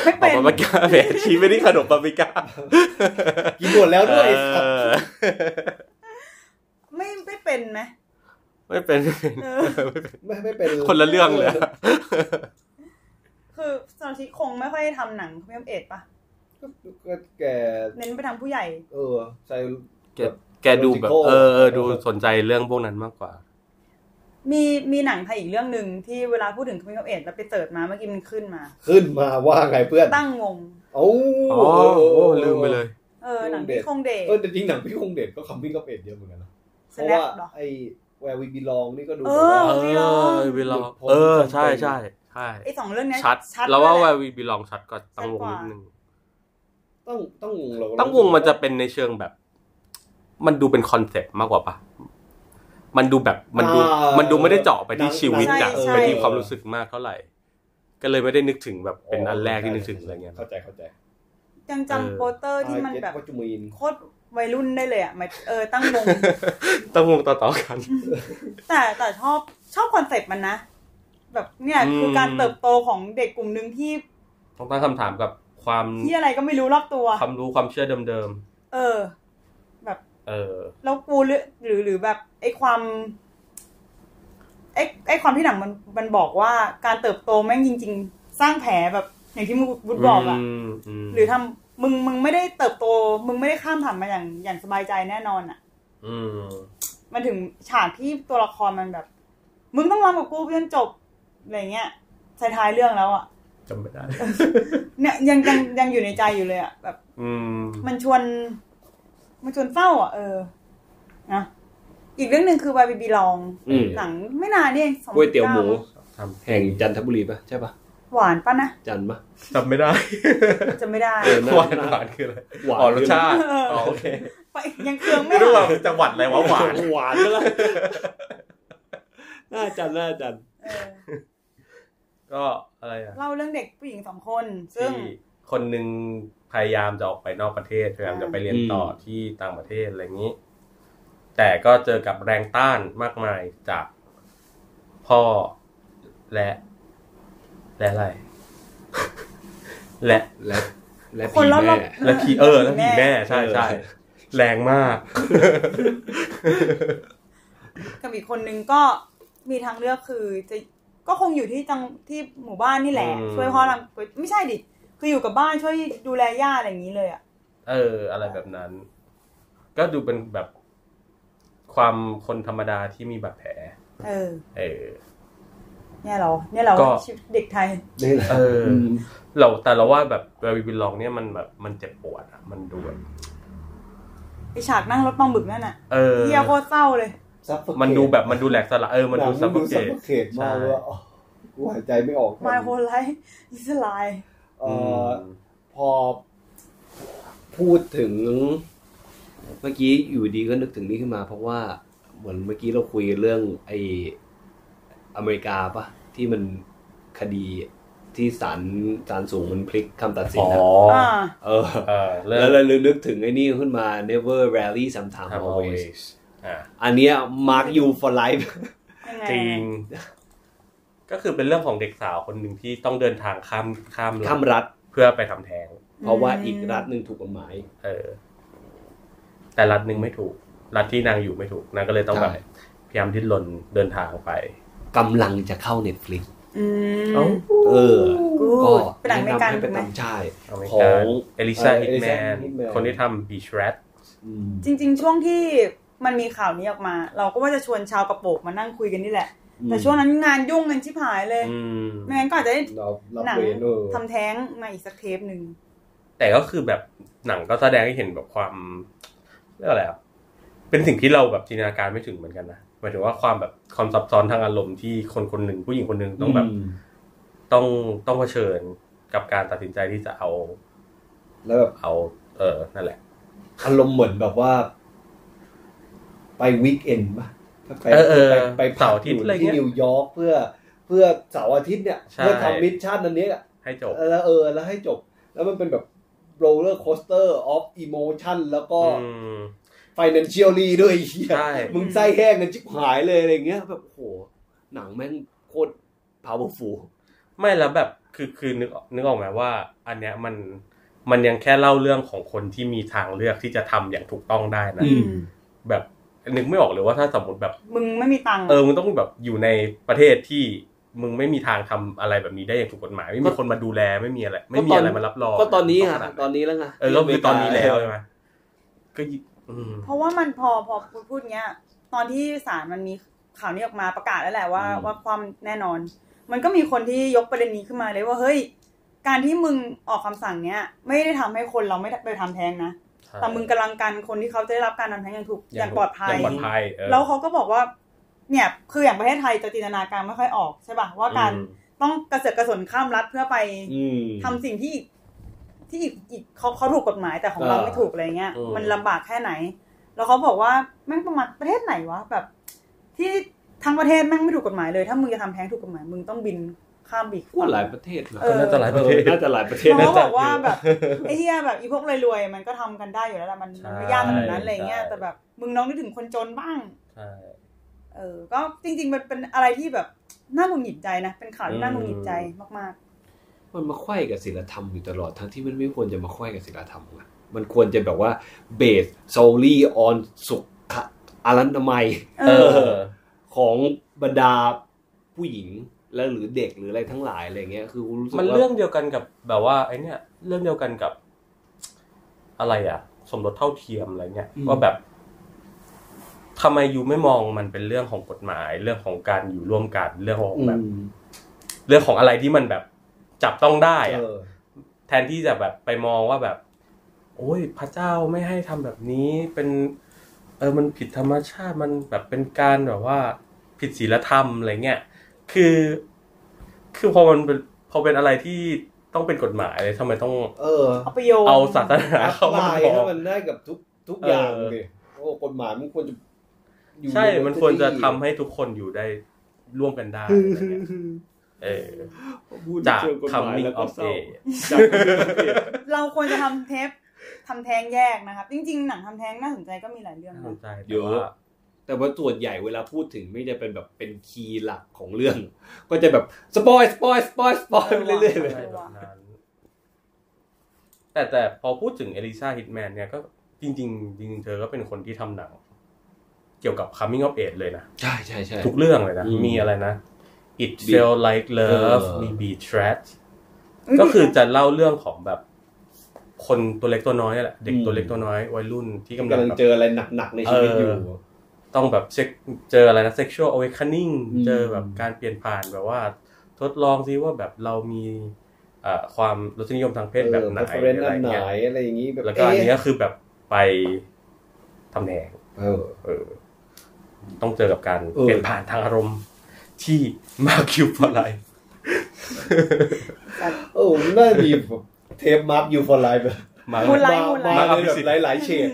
ไม่ บอก เป็น ปาปริก้าแหมชี้ไม่ได้ขนมป าปริก้า กินหมดแล้วด้วยไอ้เอสัตว์ อ ไม่ไม่เป็นไหม ไม่เป็นไม่เป็น เออ ไม่เป็น ไม่ไม่เป็น คนละเรื่องเลยอะ คือซาโตชิคงไม่ค่อยทำหนังเขาไม่ต้องเอชปะ ก็แก เน้นไปทางผู้ใหญ่ เออใส่ แกแกดูแบบ Logical เออเออดูสนใจเรื่องพวกนั้นมากกว่า มีมีหนังไทยอีกเรื่องหนึ่งที่เวลาพูดถึงคำนิยมเอชแล้วไปเติร์ดมาเมื่อกี้มันขึ้นมา ขึ้นมาว่าไงเพื่อน ตั้งวง โอ้ อ๋อโอ้ลืมไปเลย เออหนังพี่คงเดช เออแต่จริงหนังพี่คงเดชก็คำวิ่งกับเอ็ดเยอะเหมือนกันนะ ส เพราะ แน ว่า ปหรอ ไอ้แวร์วีบีลองนี่ก็ดู เอ แบบ อ เอ ว่า อวีลองเออ ใช่ใช่ใช่ ไอสองเรื่องเนี้ย ชัด ชัด แล้วว่า ด้ยแห วา ละ วีบีลองชัดกว่าตั้งวงนิดนึง ต้องต้องวงเรา ตั้งวงมันจะเป็นในเชิงแบบ มันดูเป็นคอนเซปต์มากกว่าปะมันดูแบบมันดู อ่า มันดูไม่ได้เจาะไปที่ชีวิต ใช่ อะ ใช่ ไปที่ความรู้สึกมากเท่าไหร่ ก็เลยไม่ได้นึกถึงแบบเป็นอันแรกที่นึกถึงอะไรเงี้ย เข้าใจเข้าใจ ยัง เออ จำโปสเตอร์ที่มันแบบ ก็จุมีน โคตรวัยรุ่นได้เลยอ่ะหมายเออตั้งวง ตั้งวงต่อๆกัน แต่แต่ชอบชอบคอนเซ็ปต์มันนะ แ แบบเนี่ย อืม คือการเติบโตของเด็กกลุ่มหนึ่งที่ ต้องตั้งคำถามกับความ ที่อะไรก็ไม่รู้รอบตัว ความรู้ความเชื่อเดิม เออ ๆเออ แล้วกูหรือหรือหรือแบบไอ้ความไอ้ไอ้ความที่หนังมันมันบอกว่าการเติบโตแม่งจริง ๆ สร้างแผลแบบอย่างที่มึงบุดบอกอะ มม หรือทำมึงมึงไม่ได้เติบโต มึงไม่ได้ข้ามผ่านมาอย่างอย่างสบายใจแน่นอนอะ่ะ อืม มันถึงฉากที่ตัวละครมันแบบ มึงต้องรำกับกูจนจบอะไรเงี้ยท้ายๆเรื่องแล้วอะ่ะ จำไม่ได้ เนี่ยยังยังยังอยู่ในใจอยู่เลยอะ่ะแบบ อืม มันชวนมันชวนเฝ้าอ่ะ เออนะอีกเรื่องหนึ่งคือบาบีบีลอง อืม หนังไม่นานนี่เองสอง ก๋วยเตี๋ยวหมู ทำ แห่งจันทบุรีป่ะใช่ป่ะ หวานปะนะ จันปะ จำไม่ได้ จะไม่ได้ เออ หวานหวานคืออะไร หวาน อ๋อรสชาติ เอออ๋ อโอเค ไปยังเครืองไม่ ไม่รู้ว่า หาย จังหวัดอะไรวะหวาน หวานปะละหน้าจันหน้าจัน เออ ก็อะไรอ่ะ เล่าเรื่องเด็กผู้หญิงสองคน ซึ่ง ที่คนหนึ่งพยายามจะออกไปนอกประเทศพยายามจะไปเรียนต่อที่ต่างประเทศอะไรอย่างนี้ แต่ก็เจอกับแรงต้านมากมายจากพ่อและ และอะไร และ และและ คน ผี รอบๆ แม่ และผีเออและผีแม่ใช่ใช่ เออ แรงมาก กับอีกคนนึงก็มีทางเลือกคือจะก็คงอยู่ที่จังที่หมู่บ้านนี่แหละ อืม ช่วยพ่อทำก๋วยไม่ใช่ดิคืออยู่กับบ้านช่วยดูแลย่าอะไรอย่างนี้เลยอ่ะ เออ อะไรแบบนั้น ก็ดูเป็นแบบความคนธรรมดาที่มีบาดแผล เออ เออ เนี่ยเหราเนี่ยเรา ก็ ชีวิตเด็กไทย นี่แหละ เอออื ม เราแต่เราว่าแบบเวลวิลลองเนี่ยมันแบบมันเจ็บปวดอะมันดูแบบ ไอฉากนั่งรถบังบึกนั่นอ่ะ เออ เฮียโคตรเศร้าเลย Suffocate มันดูแบบมันดูแหลกสละเออมัน หนั ดู ง ซั มั บ นดู เก สับ ต เขตมาก ใช่ ว่าอ๋อกูหายใจไม่ออก My whole life is a lie เอ่อพอ พูดถึง เมื่อกี้อยู่ดีก็นึกถึงนี้ขึ้นมา เพราะว่าเหมือนเมื่อกี้เราคุยเรื่องไออเมริกาปะที่มันคดีที่ศาลศาลสูงมันพลิกคำตัดสิน อ๋อ นะ อ่า เออ เออเลิ แล้ว ก เรานึกถึงไอ้นี่ขึ้นมา never rally sometime Time always always อ่ะ อันเนี้ย mark you for life ยังไง จริง ก็คือเป็นเรื่องของเด็กสาวคนหนึ่งที่ต้องเดินทางข้ามข้าม ข้าม รัฐ รัฐ เพื่อไปทำแท้ง เพราะว่าอีกรัฐหนึ่งถูกกฎหมาย เออ แต่รัฐหนึ่งไม่ถูก รัฐที่นางอยู่ไม่ถูก นางก็เลยต้องแบบ ใช่ พยายามดิ้นรนเดินทางไป กำลังจะเข้า Netflix อืม เอ้า เออ Good ก็ เป็นหนังอเมริกัน แะำให้ ถูกไหม ตาใช่ อเมริ ขอก าง เอลิซา เอ่อ ฮิตแม Eliza น Hitman คนที่ทำบีชแรด อืม จริง ๆ ช่วงที่มันมีข่าวนี้ออกมา เราก็ว่าจะชวนชาวกระโปรงมานั่งคุยกันนี่แหละ แต่ช่วงนั้นงานยุ่งกันชิบหายเลย อืม ไม่งั้นก็อาจจะได้ เราเรา หนัง เวนเออ ทำแท้งมาอีกสักเทปหนึ่ง แต่ก็คือแบบหนังก็แสดงให้เห็นแบบความเรียกว่าอะไรอ่ะ เป็นสิ่งที่เราแบบจินตนาการไม่ถึงเหมือนกันนะ หมายถึงว่าความแบบความซับซ้อนทางอารมณ์ที่คนคนหนึ่งผู้หญิงคนหนึ่งต้องแบบ ม ต้องต้องเผชิญกับการตัดสินใจที่จะเอา แล้วแบบ เอา เออ นั่นแหละ อารมณ์เหมือนแบบว่า ไปวีคเอนด์ป่ะไป เออเออ ไปไป เสาร์อาทิตย์ พัก อะไรเงี้ย ที่นิวยอร์กเพื่อ เพื่อเสาร์อาทิตย์เนี่ย ใช่ เพื่อทำมิชชั่นอันเนี้ย ให้จบ แล้วเออ แล้วให้จบ แล้วมันเป็นแบบโรลเลอร์โคสเตอร์ออฟอิโมชันแล้วก็ อืม financially ด้วยไอ้เหี้ย ใช่ มึงไส้แห้งกันชิบหายเลยอะไรเงี้ยแบบ โอ้โห หนังแม่งโคตร powerful ไม่แล้วแบบคือคือนึกนึกออกไหมว่า อันเนี้ยมันมันยังแค่เล่าเรื่องของคนที่มีทางเลือกที่จะทำอย่างถูกต้องได้นะ อืม แบบนึกไม่ออกเลยว่าถ้าสมมติแบบ มึงไม่มีตังค์ เออมึงต้องแบบอยู่ในประเทศที่มึงไม่มีทางทำอะไรแบบนี้ได้อย่างถูกกฎหมาย ไม่มีคนมาดูแลไม่มีอะไร ไม่มีอะไรมารับรอง ก็ตอนนี้ ง อ่ะ ขนาด ตอนนี้แล้วไง เออก็คือตอนนี้แล้วใช่ไหมก็ยิ่งอืม เพราะว่ามันพอพอพูดพูดเงี้ย ตอนที่ศาลมันมีข่าวนี้ออกมาประกาศแล้วแหละว่า อืม ว่าความแน่นอน มันก็มีคนที่ยกประเด็นนี้ขึ้นมาเลยว่าเฮ้ย การที่มึงออกคำสั่งเนี้ย ไม่ได้ทำให้คนเราไม่ได้ไปทำแท้งนะ ใช่ แต่มึงกำลังกันคนที่เขาจะได้รับการทำแท้งอย่างถูกอย่างปลอดภัย อย่างปลอดภัยเออ แล้วเขาก็บอกว่า เนี่ยคืออย่างประเทศไทยจะจินตนาการไม่ค่อยออกใช่ป่ะว่าการ อืม ต้องกระเสือกกระสนข้ามรัฐเพื่อไป อืม ทำสิ่งที่อีกที่อีกอีกเขาเขาถูกกฎหมายแต่ของ เออ เราไม่ถูกอะไรเงี้ย อืม มันลำบากแค่ไหน แล้วเขาบอกว่าแม่งประมาณประเทศไหนวะแบบ ที่ทั้งประเทศแม่งไม่ถูกกฎหมายเลย ถ้ามึงจะทำแท้งถูกกฎหมายมึงต้องบินข้ามบีก พูดหลายประเทศนะ เออ น่าจะหลายประเทศ น่าจะหลายประเทศ เขา นะ ก็บอกว่าแบบไอ้เหี้ยแบบอีพวกรวยๆมันก็ทำกันได้อยู่แล้วแหละมันมันไม่ยากขนาดนั้นอะไรเงี้ย ใช่ แต่แบบมึงน้องนึกถึงคนจนบ้าง ใช่ เอ เออ ก็จริง ๆ มันเป็นอะไรที่แบบน่าหงุดหงิดใจนะ เป็นข่าวที่น่าหงุดหงิดใจมาก มันมาไขว้กับศิลธรรมอยู่ตลอดทั้งที่มันไม่ควรจะมาไขว้กับศิลธรรมอะมันควรจะแบบว่าเบสโซลี่ออนสุขอารันตมัย ๆ เอ เอ อ อ ของบรรดาผู้หญิงแล้วหรือเด็กหรืออะไรทั้งหลายอะไรเงี้ยคือรู้สึก มัน ว่า เรื่องเดียวกันกับแบบว่าไอเนี่ย เรื่องเดียวกันกับ อะไรอะสมรสเท่าเทียมอะไรเนี่ยว่าแบบทำไมยูไม่มองมันเป็นเรื่องของกฎหมาย เรื่องของการอยู่ร่วมกัน เรื่องของ อื แบบ ม เรื่องของอะไรที่มันแบบจับต้องได้อะ เออ แทนที่จะแบบไปมองว่าแบบ โอ้ยพระเจ้าไม่ให้ทำแบบนี้เป็น เออมันผิดธรรมชาติมันแบบเป็นการแบบว่า ผิดศีลธรรมอะไรเงี้ยคือ คือพอมันเป็นพอเป็นอะไรที่ต้องเป็นกฎหมายเลยทำไมต้อง เออ เอาไปโยง เอาศาสนา อัพ เข้า ไล มา น์ บอก ให้มันได้กับทุกทุกอย่าง เออ เลยโอ้กฎหมายมันควรจะอยู่ ใช่ ใ มันควรจะทำให้ทุกคนอยู่ได้ร่วมกันได้อะไรเงี้ยเออจากคำมิ่งออฟเอ เราควรจะทำเทปทำแท้งแยกนะครับ จริง ๆ หนังทำแท้งน่าสนใจก็มีหลายเรื่อง น่าส นะ นใจ เยอะ แต่ว่า แต่ว่าส่วนใหญ่เวลาพูดถึงไม่ได้เป็นแบบเป็นคีย์หลักของเรื่อง ก็จะแบบสปอยสปอยสปอยสปอยไปเรื่อยๆเลย ใช่แบบนั้นแต่แต่พอพูดถึงเอลิซาฮิตแมนเนี่ยก็จริง ๆ จริง ๆ เธอก็เป็นคนที่ทำหนัง เกี่ยวกับ coming of age เลยนะ ใช่ใช่ใช่ ทุกเรื่องเลยนะ อืม มีอะไรนะ it Be- feel like love เออ มี be t r a t ก็คือจะเล่าเรื่องของแบบ คนตัวเล็กตัวน้อยนี่แหละเด็กตัวเล็กตัวน้อยวัยรุ่นที่กำลัง กำลัง แบบ เจออะไรหนักๆในชีวิตอยู่ เออ ต้องแบบเช็คเจออะไรนะ sexual awakening อืม เจอแบบการเปลี่ยนผ่านแบบว่า ทดลองซิว่าแบบเรามีเอ่อความรสนิยมทางเพศแบบไหน preference อะ อั ไร นไหน เงี้ย อะไรอย่างนี้แบบ แล้วก็อันนี้ เอ๊ะ ก็คือแบบไปทำแหนง เออ เออ ต้องเจอกับการ เออ เปลี่ยนผ่านทางอารมณ์ที่มากคิวพอไร เออน่าดีแบบเทปมาร์คยูฟอร์ไลฟ์แบบ มา มูลไล มา ท์มูลไลท์มาเลยแบบหลายๆเฉด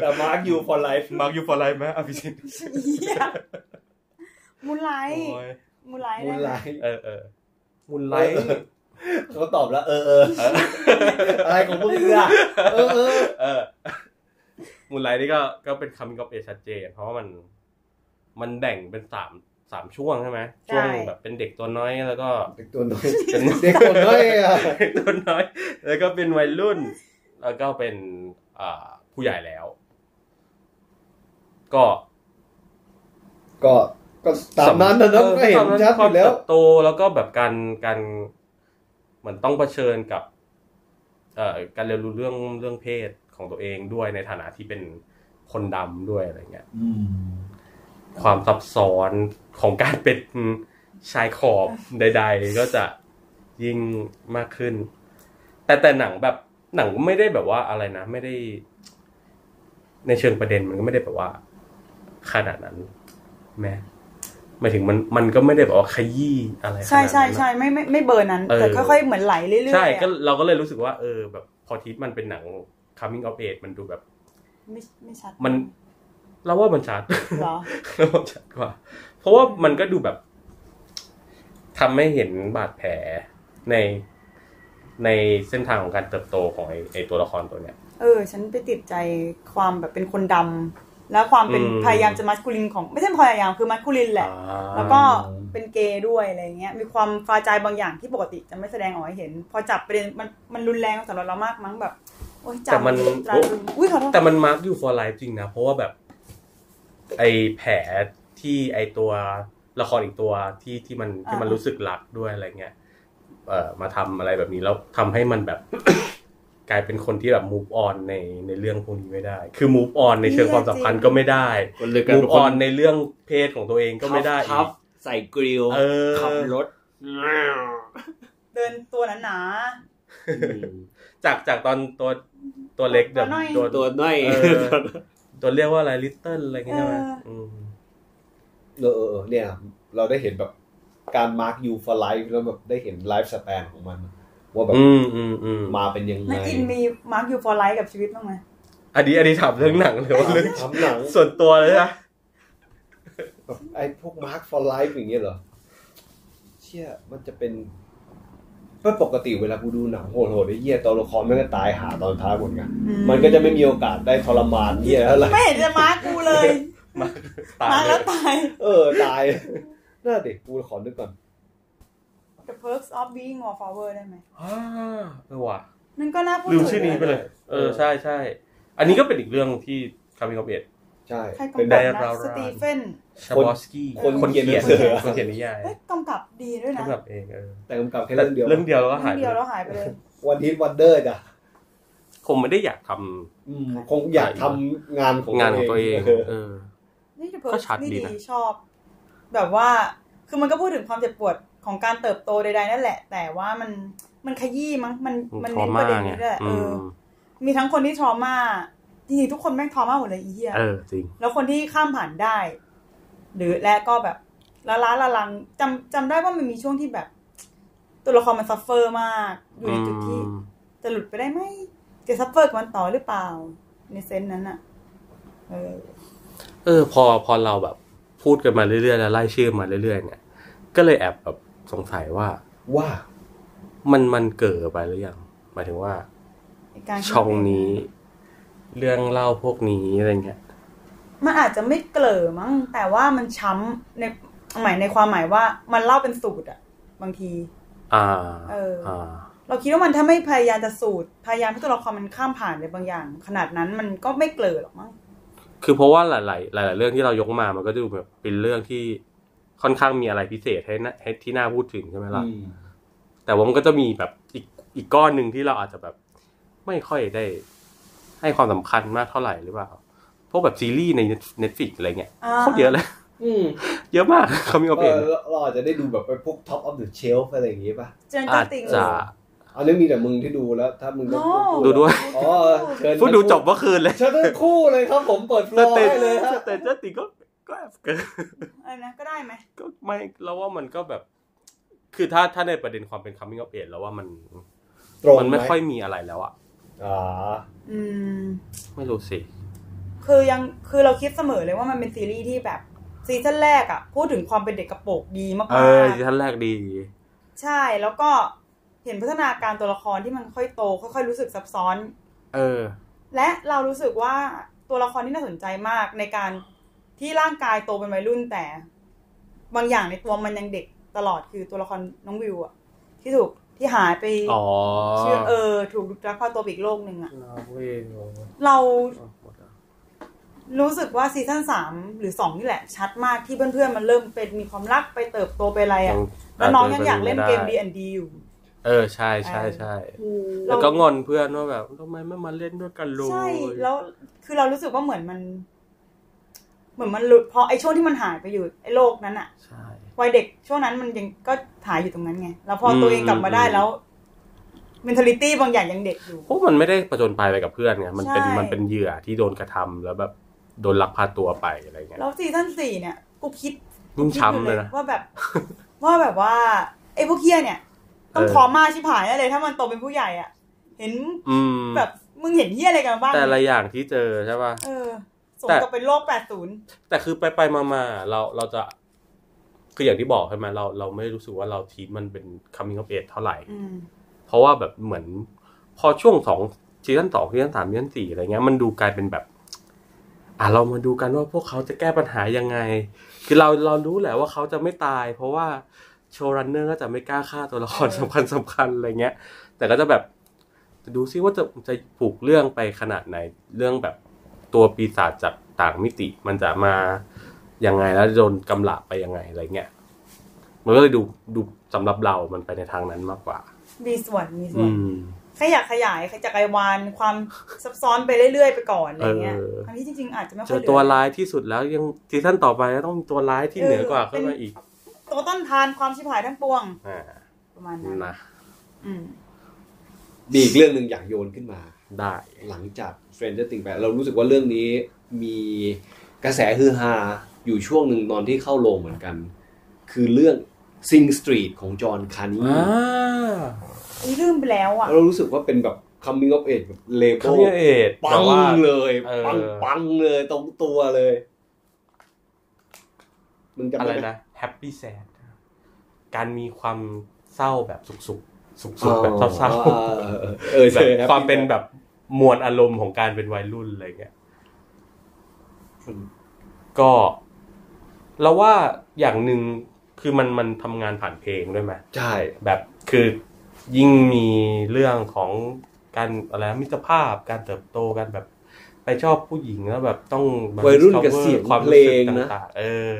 แต่มาร์คยูฟอร์ไลฟ์ มาคิวพอไรไหมอภิชิต เหี้ยมูลไลท์ โอ้ย มูลไลท์ มู ได้ น ไห ไล ม ฟ์ เออเออมุนไลท์ เขาตอบแล้ว เออเอออะไรของพวกมึงล่ะเออเออ เอ อมุนไลท์นี่ก็ก็เป็นคำกอบเอชัดเจนเพราะว่ามัน มันแบ่งเป็นสามสามช่วงใช่ไหมช่วงแบบเป็นเด็กตัวน้อยแล้วก็ เด็กตัวน้อยเด็กตัวน้อยอะ เด็กตัวน้อย แล้วก็เป็นวัยรุ่น แล้วก็เป็นอ่าผู้ใหญ่แล้ว ก็ ก็ก็ตามนั้นนะเนอะก็เห็นชัดอยู่แล้ว ความเติบโตแล้วก็แบบการการเหมือนต้องเผชิญกับ เอ่อการเรียนรู้เรื่องเรื่องเพศของตัวเองด้วยในฐานะที่เป็นคนดำด้วยอะไรเงี้ย ความซับซ้อนของการเป็นชายขอบ ใด ๆ ก็จะยิ่งมากขึ้น แต่แต่หนังแบบหนังไม่ได้แบบว่าอะไรนะ ไม่ได้ ในเชิงประเด็นมันก็ไม่ได้แบบว่า ขนาดนั้นแม้หมายถึงมันมันก็ไม่ได้แบบว่าขยี้อะไรขนาด ใช่ นั้น ใช่ อะ ใช่ไม่ไม่ไม่เบอร์นั้น เออ แต่ค่อยๆเหมือนไหลเรื่อยๆ ใช่ อะ ก็เราก็เลยรู้สึกว่า เออ แบบพอทิตมันเป็นหนัง coming of age มันดูแบบ ไม่ไม่ชัด มัน เราว่ามันชัด เหรอ ระบบชัดกว่า เพราะว่ามันก็ดูแบบทำให้เห็นบาดแผลในในเส้นทางของการเติบโตของไอ้ไอตัวละครตัวเนี้ย เออ ฉันไปติดใจความแบบเป็นคนดำและความเป็น อืม พยายามจะมัสคูลินของ ไม่ใช่พยายามคือมัสคูลินแหละ แล้วก็เป็นเกย์ด้วยอะไรเงี้ย มีความฟาใจบางอย่างที่ปกติจะไม่แสดงออกให้เห็น พอจับประเด็นมันมันรุนแรงสำหรับเรามากมั้งแบบ โอ๊ยจับ แต่มัน ตราตรึงอุ้ยขอโทษ แต่มันมาร์กอยู่ for life จริงนะ เพราะว่าแบบ ไอแผลที่ไอตัวละครอีกตัวที่ที่มันที่มันรู้สึกรักด้วยอะไรเงี้ยเอ่อมาทำอะไรแบบนี้แล้วทำให้มันแบบ กลายเป็นคนที่แบบ move on ในในเรื่องพวกนี้ไม่ได้ คือ move on ในเชิงความสัมพันธ์ก็ไม่ได้ คนเลยกัน มูฟออนในเรื่องเพศของตัวเองก็ไม่ได้ ทั อี บ ก ใส่กริล เออ ขับรถ เดินตัวหนา จากจากตอนตัวตัวเล็กแบบตัว ตัวน้อย เออตัวเรียกว่าอะไรลิตเติ้ลอะไรอย่างเงี้ยใช่ไหมม เออเออเออเนี่ย เราได้เห็นแบบการมาร์คยูฟอร์ไลฟ์แล้วแบบได้เห็นไลฟ์ส p ปนของมัน ว่าแบบ อืมอืมอืม มาเป็นยัง ๆ ไง นักอินมีมาร์คอยู่ฟอร์ไลท์กับชีวิตบ้างไหม อันนี้อันนี้ถามเรื่องหนังเลยว่าเรื่อง ทำหนัง ส่วนตัวเลยนะ แบบไอ้พวกมาร์คฟอร์ไลฟ์อย่างเงี้ยเหรอ เชี่ยมันจะเป็นเพราะปกติเวลากูดูหนังโหดๆไอ้เหี้ยตัวละครไม่ได้ตายหาตอนท้ายหมดไง อื มันก็จะไม่มีโอกาสได้ทรมานเหี้ยอะไร ไม่เห็นจะมาร์คกูเลย มาตาม มา เล แล้ว ย ตาย เออตาย น่าเด็กกูขอนึกก่อน The Perks of Being Wallflower ได้ไหม อ่าเออว่ะ นั่นก็น่าพูด ลืม ถึ ชื่อง นี้ไปเลย เออใช่ใช่ อันนี้ก็เป็นอีกเรื่องที่คามิโกเบต ใช่ ใครกำ เป็นแบ กับบ เป็นไดอารา นะ รา สตีเฟน ชาบอสกี้ คน คนเขียน เขียน คนเขียนนิยาย เฮ้ยกำกับดีด้วยนะ กำกับเองเออ แต่กำกับแค่เรื่องเดียว เรื่องเดียวแล้วก็หา เรื่ไปอย งเดียวแล้วหายไปเลย วันทีวันเดอร์จ้ะ คงไม่ได้อยากทำ อืมคงอยากทำงานของ งานของตัวเองเออ นี่เพิร์ ก็ ก ชัด นี่ ดี ดี นะ ชอบ แบบว่าคือมันก็พูดถึงความเจ็บปวดของการเติบโตใดๆนั่นแหละ แต่ว่ามันมันขยี้มั้งมัน มั มัน น ทร เน้นป มา ระเด็น ไง นี้แหละ อื เออ ม มีทั้งคนที่ทรมาจริงๆทุกคนแม่งทรมาหมดเลยไอีเหี้ย เออจริง แล้วคนที่ข้ามผ่านได้ หรือและก็แบบละล้าละลังจำจำได้ว่ามันมีช่วงที่แบบ ตัวละครมันซัฟเฟอร์มากอยู่ในจุดที่ จะหลุดไปได้ไหมจะซัฟเฟอร์กับมันต่อหรือเปล่า ในเซนส์นั้นอะเออ เออพอพอเราแบบพูดกันมาเรื่อยๆแล้วไล่ชื่อมาเรื่อยๆเนี่ย ก็เลยแอบแบบสงสัยว่า ว่า มันมันเกิดไปหรือยังหมายถึงว่า การที่ ช่องนี้ เรื่องเล่าพวกนี้อะไรเงี้ย มันอาจจะไม่เกลอมั้ง แต่ว่ามันช้ำในหมายในความหมายว่ามันเล่าเป็นสูตรอะบางที อ่า เอออ่ อ่า เราคิดว่ามันถ้าไม่พยายามจะสูตร พยายามให้ตัวละครมันข้ามผ่านในบางอย่าง ขนาดนั้นมันก็ไม่เกลอหรอกมั้ง คือเพราะว่าหลาย ๆ หลาย ๆ เรื่องที่เรายกมา มันก็ดูแบบเป็นเรื่องที่ค่อนข้างมีอะไรพิเศษให้นะให้ที่น่าพูดถึงใช่ไหมล่ะ อืม แต่ว่ามันก็จะมีแบบอีกอีกก้อนหนึ่งที่เราอาจจะแบบ ไม่ค่อยได้ให้ความสำคัญมากเท่าไหร่หรือเปล่า พวกแบบซีรีส์ในเน็ตฟิกอะไรเงี้ย า โคตรเยอะเลย อืม เยอะมากเขามีโอ เอ เปน อเราอาจจะได้ดูแบบไปพวก Top of the Shelf อะไรอย่างงี้ป่ะ เจนเตอ อาจ ร์ติง จะ อันนี้มีแต่มึงที่ดูแล้ว ถ้ามึงจะ โน่ ดูด้วย อ๋อเชิญ พูดดูจบเมื่อคืนเลย เชิญทั้งคู่เลยครับผมเปิดฟล ส อร์ เตจ ให้เลยฮะ สเตจติงก็ก็แอบเกิน อะไรนะก็ได้ไหม ก็ไม่เราว่ามันก็แบบ คือถ้าถ้าในประเด็นความเป็น coming of age แล้วว่ามัน ตรง มันไม่ ห ค่อยมีอะไรแล้วอะ อ่า อืม ไม่รู้สิ คือยังคือเราคิดเสมอเลยว่ามันเป็นซีรีส์ที่แบบซีซั่นแรกอะพูดถึงความเป็นเด็กกระโปรงดีมาก เออ ๆ ซีซั่นแรกดี ใช่แล้วก็เห็นพัฒนาการตัวละครที่มันค่อยโต ค่อยๆรู้สึกซับซ้อน เออ และเรารู้สึกว่าตัวละครที่น่าสนใจมากในการที่ร่างกายโตเป็นวัยรุ่นแต่ บางอย่างในตัวมันยังเด็กตลอดคือตัวละครน้องวิวอะที่ถูกที่หายไป อ๋อ เชื่อเออ ถูกรักพาตัวไปอีกโลกหนึ่งอะ ลาเว้ยโอ้โห เรา หมดแล้ว รู้สึกว่าซีซั่นสามหรือสองนี่แหละ ชัดมากที่เพื่อนๆมันเริ่มเป็นมีความรักไปเติบโตไปอะไรอะแล้วน้องยังอยากเล่นเกมดีแอนดีอยู่ เออใช่ใช่ใช่ อืม แล้วก็งอนเพื่อนว่าแบบทำไมไม่มาเล่นด้วยกันเลย ใช่แล้วคือเรารู้สึกว่าเหมือนมัน เหมือนมันหลุดเพราะไอ้ช่วงที่มันหายไปอยู่ไอ้โลกนั้นอะ ใช่ วัยเด็กช่วงนั้นมันยังก็หายอยู่ตรงนั้นไงแล้วพออ ม ตัวเองกลับมาได้ อืม แล้ว mentality บางอย่างยังเด็กอยู่ เพราะมันไม่ได้ประจนภัยไปกับเพื่อนไงมันเป็น ใช่ มันเป็นเหยื่อที่โดนกระทำแล้วแบบโดนลักพาตัวไปอะไรเงี้ย แล้วซีซั่นสี่เนี่ยกูคิด ยิ่ง คิดอ ช้ำเลยนะ ว่าแบบ ว่าแบบว่า ไอ้พวกเฮียเนี่ย ต้อง เออ ทอมาชิบหายแน่เลย ถ้ามันโตเป็นผู้ใหญ่อะเห็น อืม แบบมึงเห็นเฮียอะไรกันบ้าง แต่ละอย่างที่เจอใช่ป่ะ เออสม แต่ กับเป็นโลกแปดศูนย์ แต่คือไปไปมามาเราเราจะ คืออย่างที่บอกใช่ไหมเราเราไม่รู้สึกว่าเราทีมมันเป็น coming of age เท่าไหร่ อืม เพราะว่าแบบเหมือน พอช่วงสองซีซั่นสองซีซั่นสามซีซั่นสี่อะไรเงี้ยมันดูกลายเป็นแบบ อ่ะเรามาดูกันว่าพวกเขาจะแก้ปัญหายังไง คือเราเรารู้แหละว่าเขาจะไม่ตาย เพราะว่าโชว์รันเนอร์ก็จะไม่กล้าฆ่าตัวละคร เออ สำคัญสำคัญอะไรเงี้ย แต่ก็จะแบบจะดูซิว่าจะจะผูกเรื่องไปขนาดไหน เรื่องแบบตัวปีศาจจากต่างมิติ มันจะมายังไงแล้วโดนกำหลับไปยังไงอะไรเงี้ยมันก็เลยดูดูสำหรับเรา มันไปในทางนั้นมากกว่า มีส่วนมีส่ อื วน ม แค่อยากขยายจักรวาลความซับซ้อนไปเรื่อยๆไปก่อนอะไรเงี้ย เออ ทั้งที่จริงๆอาจจะไม่ค่ เจ อย อ เหลื ตัวร้ายที่สุดแล้วยังซีซั่นต่อไปก็ต้องมีตัวร้ายที่เหนือกว่าขึ้นมาอีก ตัวต้นทานความชิบหายทั้งปวง อ่า ประมาณนั้น นะ อืม มีอีกเรื่องหนึ่งอยากโยนขึ้นมา ได้ หลังจาก Stranger Things ไปเรารู้สึกว่าเรื่องนี้มีกระแสฮือฮาอยู่ช่วงหนึ่งตอนที่เข้าโรงเหมือนกัน คือเรื่อง Sing Street ของจอห์นคานี อ่า อีลืมไปแล้วอ่ะ เรารู้สึกว่าเป็นแบบ coming of age แบบเลเบ คา ล มิเอต ปั แต่ ง ว่า เลย เออ ปังปังเลยตรงตัวเลยมึงจำ อะไร ด้หม นะแฮปปี้แซดการมีความเศร้าแบบสุขสุขสุขสุขแบบเศร้า เออเออ ๆแบบ ใช่รับ ความเป็นแบบมวลอารมณ์ของการเป็นวัยรุ่นอะไรเงี้ย ก็เราว่าอย่างหนึ่งคือมันมันทำงานผ่านเพลงด้วยไหม ใช่ แบบคือยิ่งมีเรื่องของการอะไรนะมิตรภาพการเติบโตกันแบบ ไปชอบผู้หญิงแล้วแบบต้อง วัยรุ่นกับเสียง ความ เพล รู้สึก งนะ ต่างๆเออ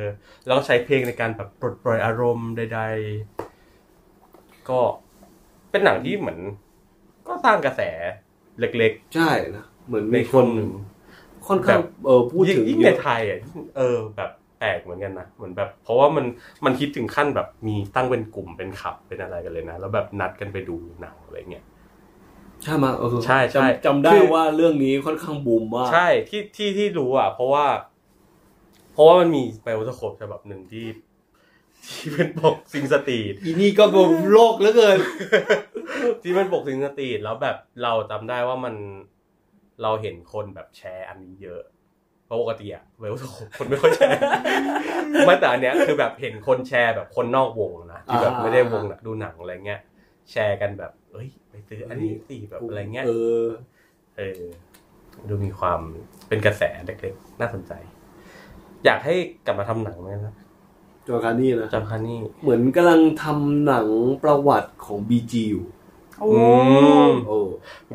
แล้วก็ใช้เพลงในการแบบปลดปล่อยอารมณ์ใด ๆ ก็เป็นหนังที่เหมือน ก็สร้างกระแสเล็ก ใช่นะเหมือน ๆ ใน มี ค คน น หนึ่ง ค่อนข้าง แบบ เออพูด ยิ่ง ถึง ยิ่ง เย ใน อะ ไทยอ่ะยิ่งเออ แบบแปลกเหมือนกันนะเหมือนแบบ เพราะว่ามันมันคิดถึงขั้นแบบมีตั้งเป็นกลุ่มเป็นขับเป็นอะไรกันเลยนะแล้วแบบนัดกันไปดูหนังอะไรเงี้ย ใช่มาเออ ใช่ใช่ จำจำได้ คือ ว่าเรื่องนี้ค่อนข้างบูมมาก ใช่ที่ที่ที่รู้อ่ะ เพราะว่า เพราะว่ามันมีไบโอสโคปฉบับหนึ่งที่ ที่เป็นปกซิงสตรีท อีนี่ก็แบบโลกเหลือเกิน ที่เป็นปกซิงสตรีทแล้วแบบเราจำได้ว่ามันเราเห็นคนแบบแชร์อันนี้เยอะ เพราะปกติอะไบโอสโคปคนไม่ค่อยแชร์ ไม่แต่อันเนี้ยคือแบบเห็นคนแชร์แบบคนนอกวงนะที่แบบ อ่า ไม่ได้วงหนักดูหนังอะไรเงี้ยแชร์กันแบบ เอ้ย ไปซื้ออันนี้สิแบบอะไรเงี้ย เออ เออดูมีความเป็นกระแสเล็กๆ น่าสนใจ อยากให้กลับมาทำหนังไหมครับ จอร์คานี่นะ จอห์นคาร์นี่ เหมือนกำลังทำหนังประวัติของบีจีอยู่ โอ้ อืม โอ้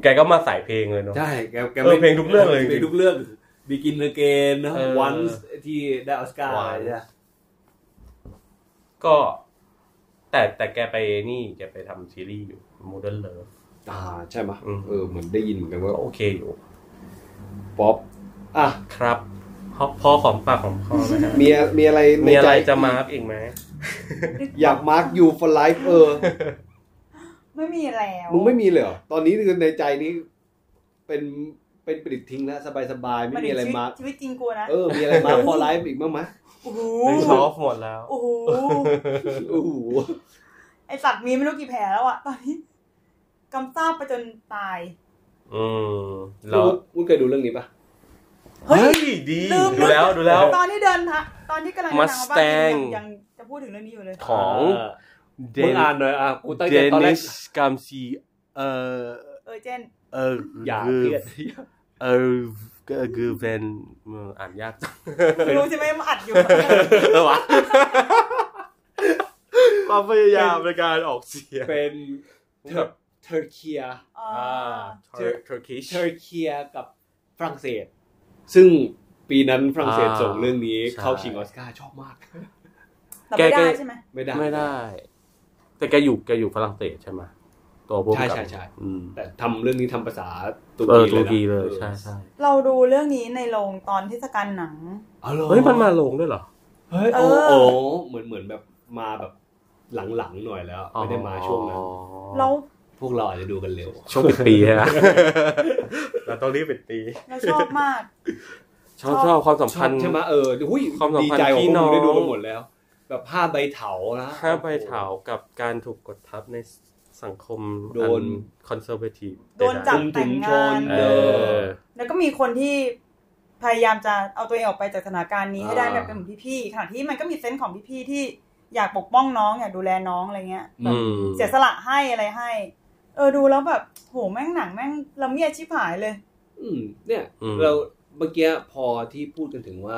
แกก็มาใส่เพลงเลยเนาะ ใช่แกแก เออเพลงทุกเรื่องเลย เพลงทุกเรื่อง Begin Again นะ เออ Once ที่ได้ออสการ์ Once เนี่ย ก็ แต่แต่แกไปนี่แกไปทำซีรีส์อยู่ Modern Love อ่าใช่ไหม อืม เออเหมือนได้ยินเหมือนกันว่า ก็โอเคอยู่ ป๊อปอ่ะ ครับพอพอของปากของคอไหมฮะ มีมีอะไรใน มีอะ ใจ ไรจะมาร์กอีกไหม อยากมาร์กยูฟอร์ไลฟ์เอ อ ไม่มีแล้ว มึงไม่มีเลยเหรอ ตอนนี้คือในใจนี้เป็นเป็นปลิดทิ้งแล้วสบายๆ ไม่มีอะไรมาร์ก ชีวิตจริงกูนะ เออ มีอะไรมา ร์กพอไลฟ์อีกบ้างไหม โอ้โห ไม่ชอบหมดแล้ว โอ้โห โอ้โห ไอสัตว์มีไม่รู้กี่แผลแล้วอะตอนนี้กำซาบไปจนตาย อืมเรา คุณคุณเคยดูเรื่องนี้ปะ เฮ้ย เฮ้ย ดี ลืม ดูแล้วดูแล้ว ตอนที่เดินทางตอนที่กำลังเดินทางมาบ้าน Mustang ยังยังจะพูดถึงเรื่องนี้อยู่เลย ของ เออ เด มึง น อ่านหน่อยอ่ะกูตั้ง เด ใจตอนแร นิ ก สกัมซีเอ่อ เออเจน เออ อย่า เออ เครียด เออเออคือแฟนมึงอ่านยากจัง ไม่รู้ใช่ไหมมาอัดอยู่ วะความพยายามในการออกเสียง เป็นเทอร์เทอร์เคีย อ่า อ่าเทอร์คิช เทอร์เคียกับฝรั่งเศส ซึ่งปีนั้นฝรั่งเศส อ่า ส่งเรื่องนี้ ใช่ เข้าชิงออสการ์ชอบมาก แต่ไม่ได้ แก ใช่ไหม ไม่ได้ ไม่ได้ แต่แกอยู่แกอยู่ฝรั่งเศสใช่ไหมตัวพวกำกับ ใช่ใช่ใช่ อืม แต่ทำเรื่องนี้ทำภาษาตุ เออตุร ร กี กี เล เลย ยนะ ใช่ใช่ เราดูเรื่องนี้ในโรงตอนเทศกาลหนัง อ๋อหรอ เฮ้ย มันมาลงด้วยเหรอ เฮ้ย เอ โอ้ อ โอ้เหมือนเหมือนแบบมาแบบหลังๆหน่อยแล้ว ไม่ได้มาช่วงนั้น อ๋อ เรา พวกเราอาจจะดูกันเร็ว ช่วงปิดปีฮะ เราต้องรีบปิดปี เราชอบมาก ชอบชอบความสัม ชอ พั บ นธ์ ใช่ไหมเออหุ้ย ความสัม ดี พันธ์ ใจของ พี่น้องพวกมึงได้ดูกันหมดแล้ว แบบผ้าใบเถานะ ห้าใบเถา โอ้ กับการถูกกดทับในสังคม โดน คอนเซอร์เวทีฟ โดนจับแต่งงาน เออ แล้วก็มีคนที่พยายามจะเอาตัวเองออกไปจากสถานการณ์นี้ให้ได้ อ่า แบบเป็นเหมือนพี่ๆขณะที่มันก็มีเซนส์ของพี่ๆที่อยากปกป้องน้องอยากดูแลน้องอะไรเงี้ยแบบ อืม เสียสละให้อะไรให้ เออดูแล้วแบบโหแม่งหนังแม่งละเมียดชิบหายเลย โหอืมเนี่ย อืม เราเมื่อกี้พอที่พูดกันถึงว่า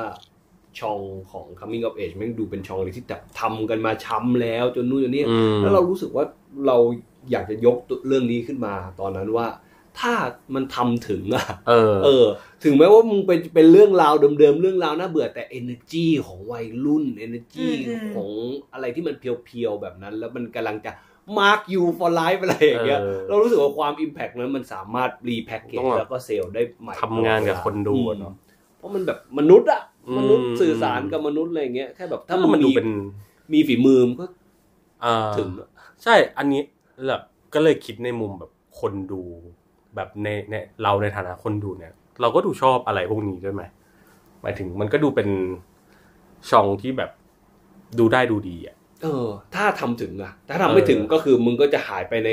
ช่องของ coming of age แม่งดูเป็นช่องเลยที่แบบทำกันมาช้ำแล้วจนนู่นจนนี่ อืม แล้วเรารู้สึกว่าเราอยากจะยกตัวเรื่องนี้ขึ้นมา ตอนนั้นว่า ถ้ามันทำถึงอะ เออ เออ ถึงแม้ว่ามึงเป็นเป็นเรื่องราวเดิมๆเรื่องราวน่าเบื่อแต่ energy ของวัยรุ่น energy อืม ของอะไรที่มันเพียวๆแบบนั้น แล้วมันกำลังจะ mark you for life อะไรอย่างเงี้ย เออ เรารู้สึกว่าความ impact นั้นมันสามารถ repackage ต้องแบบ แล้วก็เซลล์ได้ใหม่ ทำงานกับคนดูอะเนาะ เพราะมันแบบมนุษย์อะ อืม มนุษย์สื่อสารกับมนุษย์อะไรอย่างเงี้ยแค่แบบถ้า ถ้า มั มัน นดู มี เป็น มีฝีมือมันก็ อ่า ถึงอะ ใช่ อันนี้แหละก็เลยคิดในมุมแบบคนดู แบบในในเราในฐานะคนดูเนี่ย เราก็ดูชอบอะไรพวกนี้ด้วยไหมหมายถึงมันก็ดูเป็นช่องที่แบบดูได้ดูดีอ่ะ เออ ถ้าทำถึงอะถ้าทำไม่ เออ ถึงก็คือมึงก็จะหายไปใน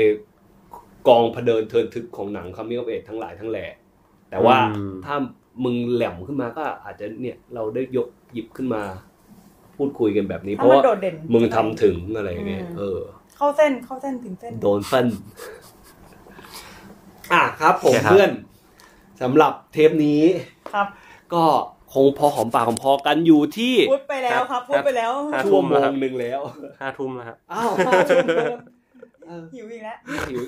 กองพเผดินเทินทึกของหนังคัมมิ่งออฟเอทั้งหลายทั้งแหล่แต่ว่า อืม ถ้ามึงแหลมขึ้นมาก็อาจจะเนี่ยเราได้ยกหยิบขึ้นมา พูดคุยกันแบบนี้ เพ ถ้า ราะ มัน ว่า โดดเด่น มึงทำถึงอะไรอย่างเงี้ย อืม เออ เข้าเส้นเข้าเส้นถึงเส้น โดนฟัน อ่ะครับผม โอเคครับ เพื่อนสำหรับเทปนี้ ครับ ก็ คงพอหอมปากหอมคอกันอยู่ที่ พูดไปแล้วครับพูดไปแล้ว ห้า ชั่ ทุ่ ว ม โม แล้วครั ง บ หนึ่งแล้ว ห้าทุ่มแล้วครับ อ้าว หิวอีกแล้ว หิว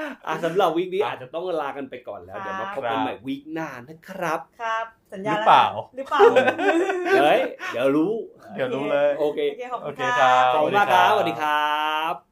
อ่ะสำหรับวีคนี้อาจจะต้องลากันไปก่อนแล้วเดี๋ยวมาพบกันใหม่วีคหน้านะครับ ครับ สัญญา หรือ แล้วนะ เปล่า หรือเปล่า เฮ้ยเดี๋ยวรู้ เดี๋ยวรู้เลย โอเค โอเค ขอบ โอ คุณ เค ค ครั รับ บ ขอบคุณมากครับสวัสดีครับ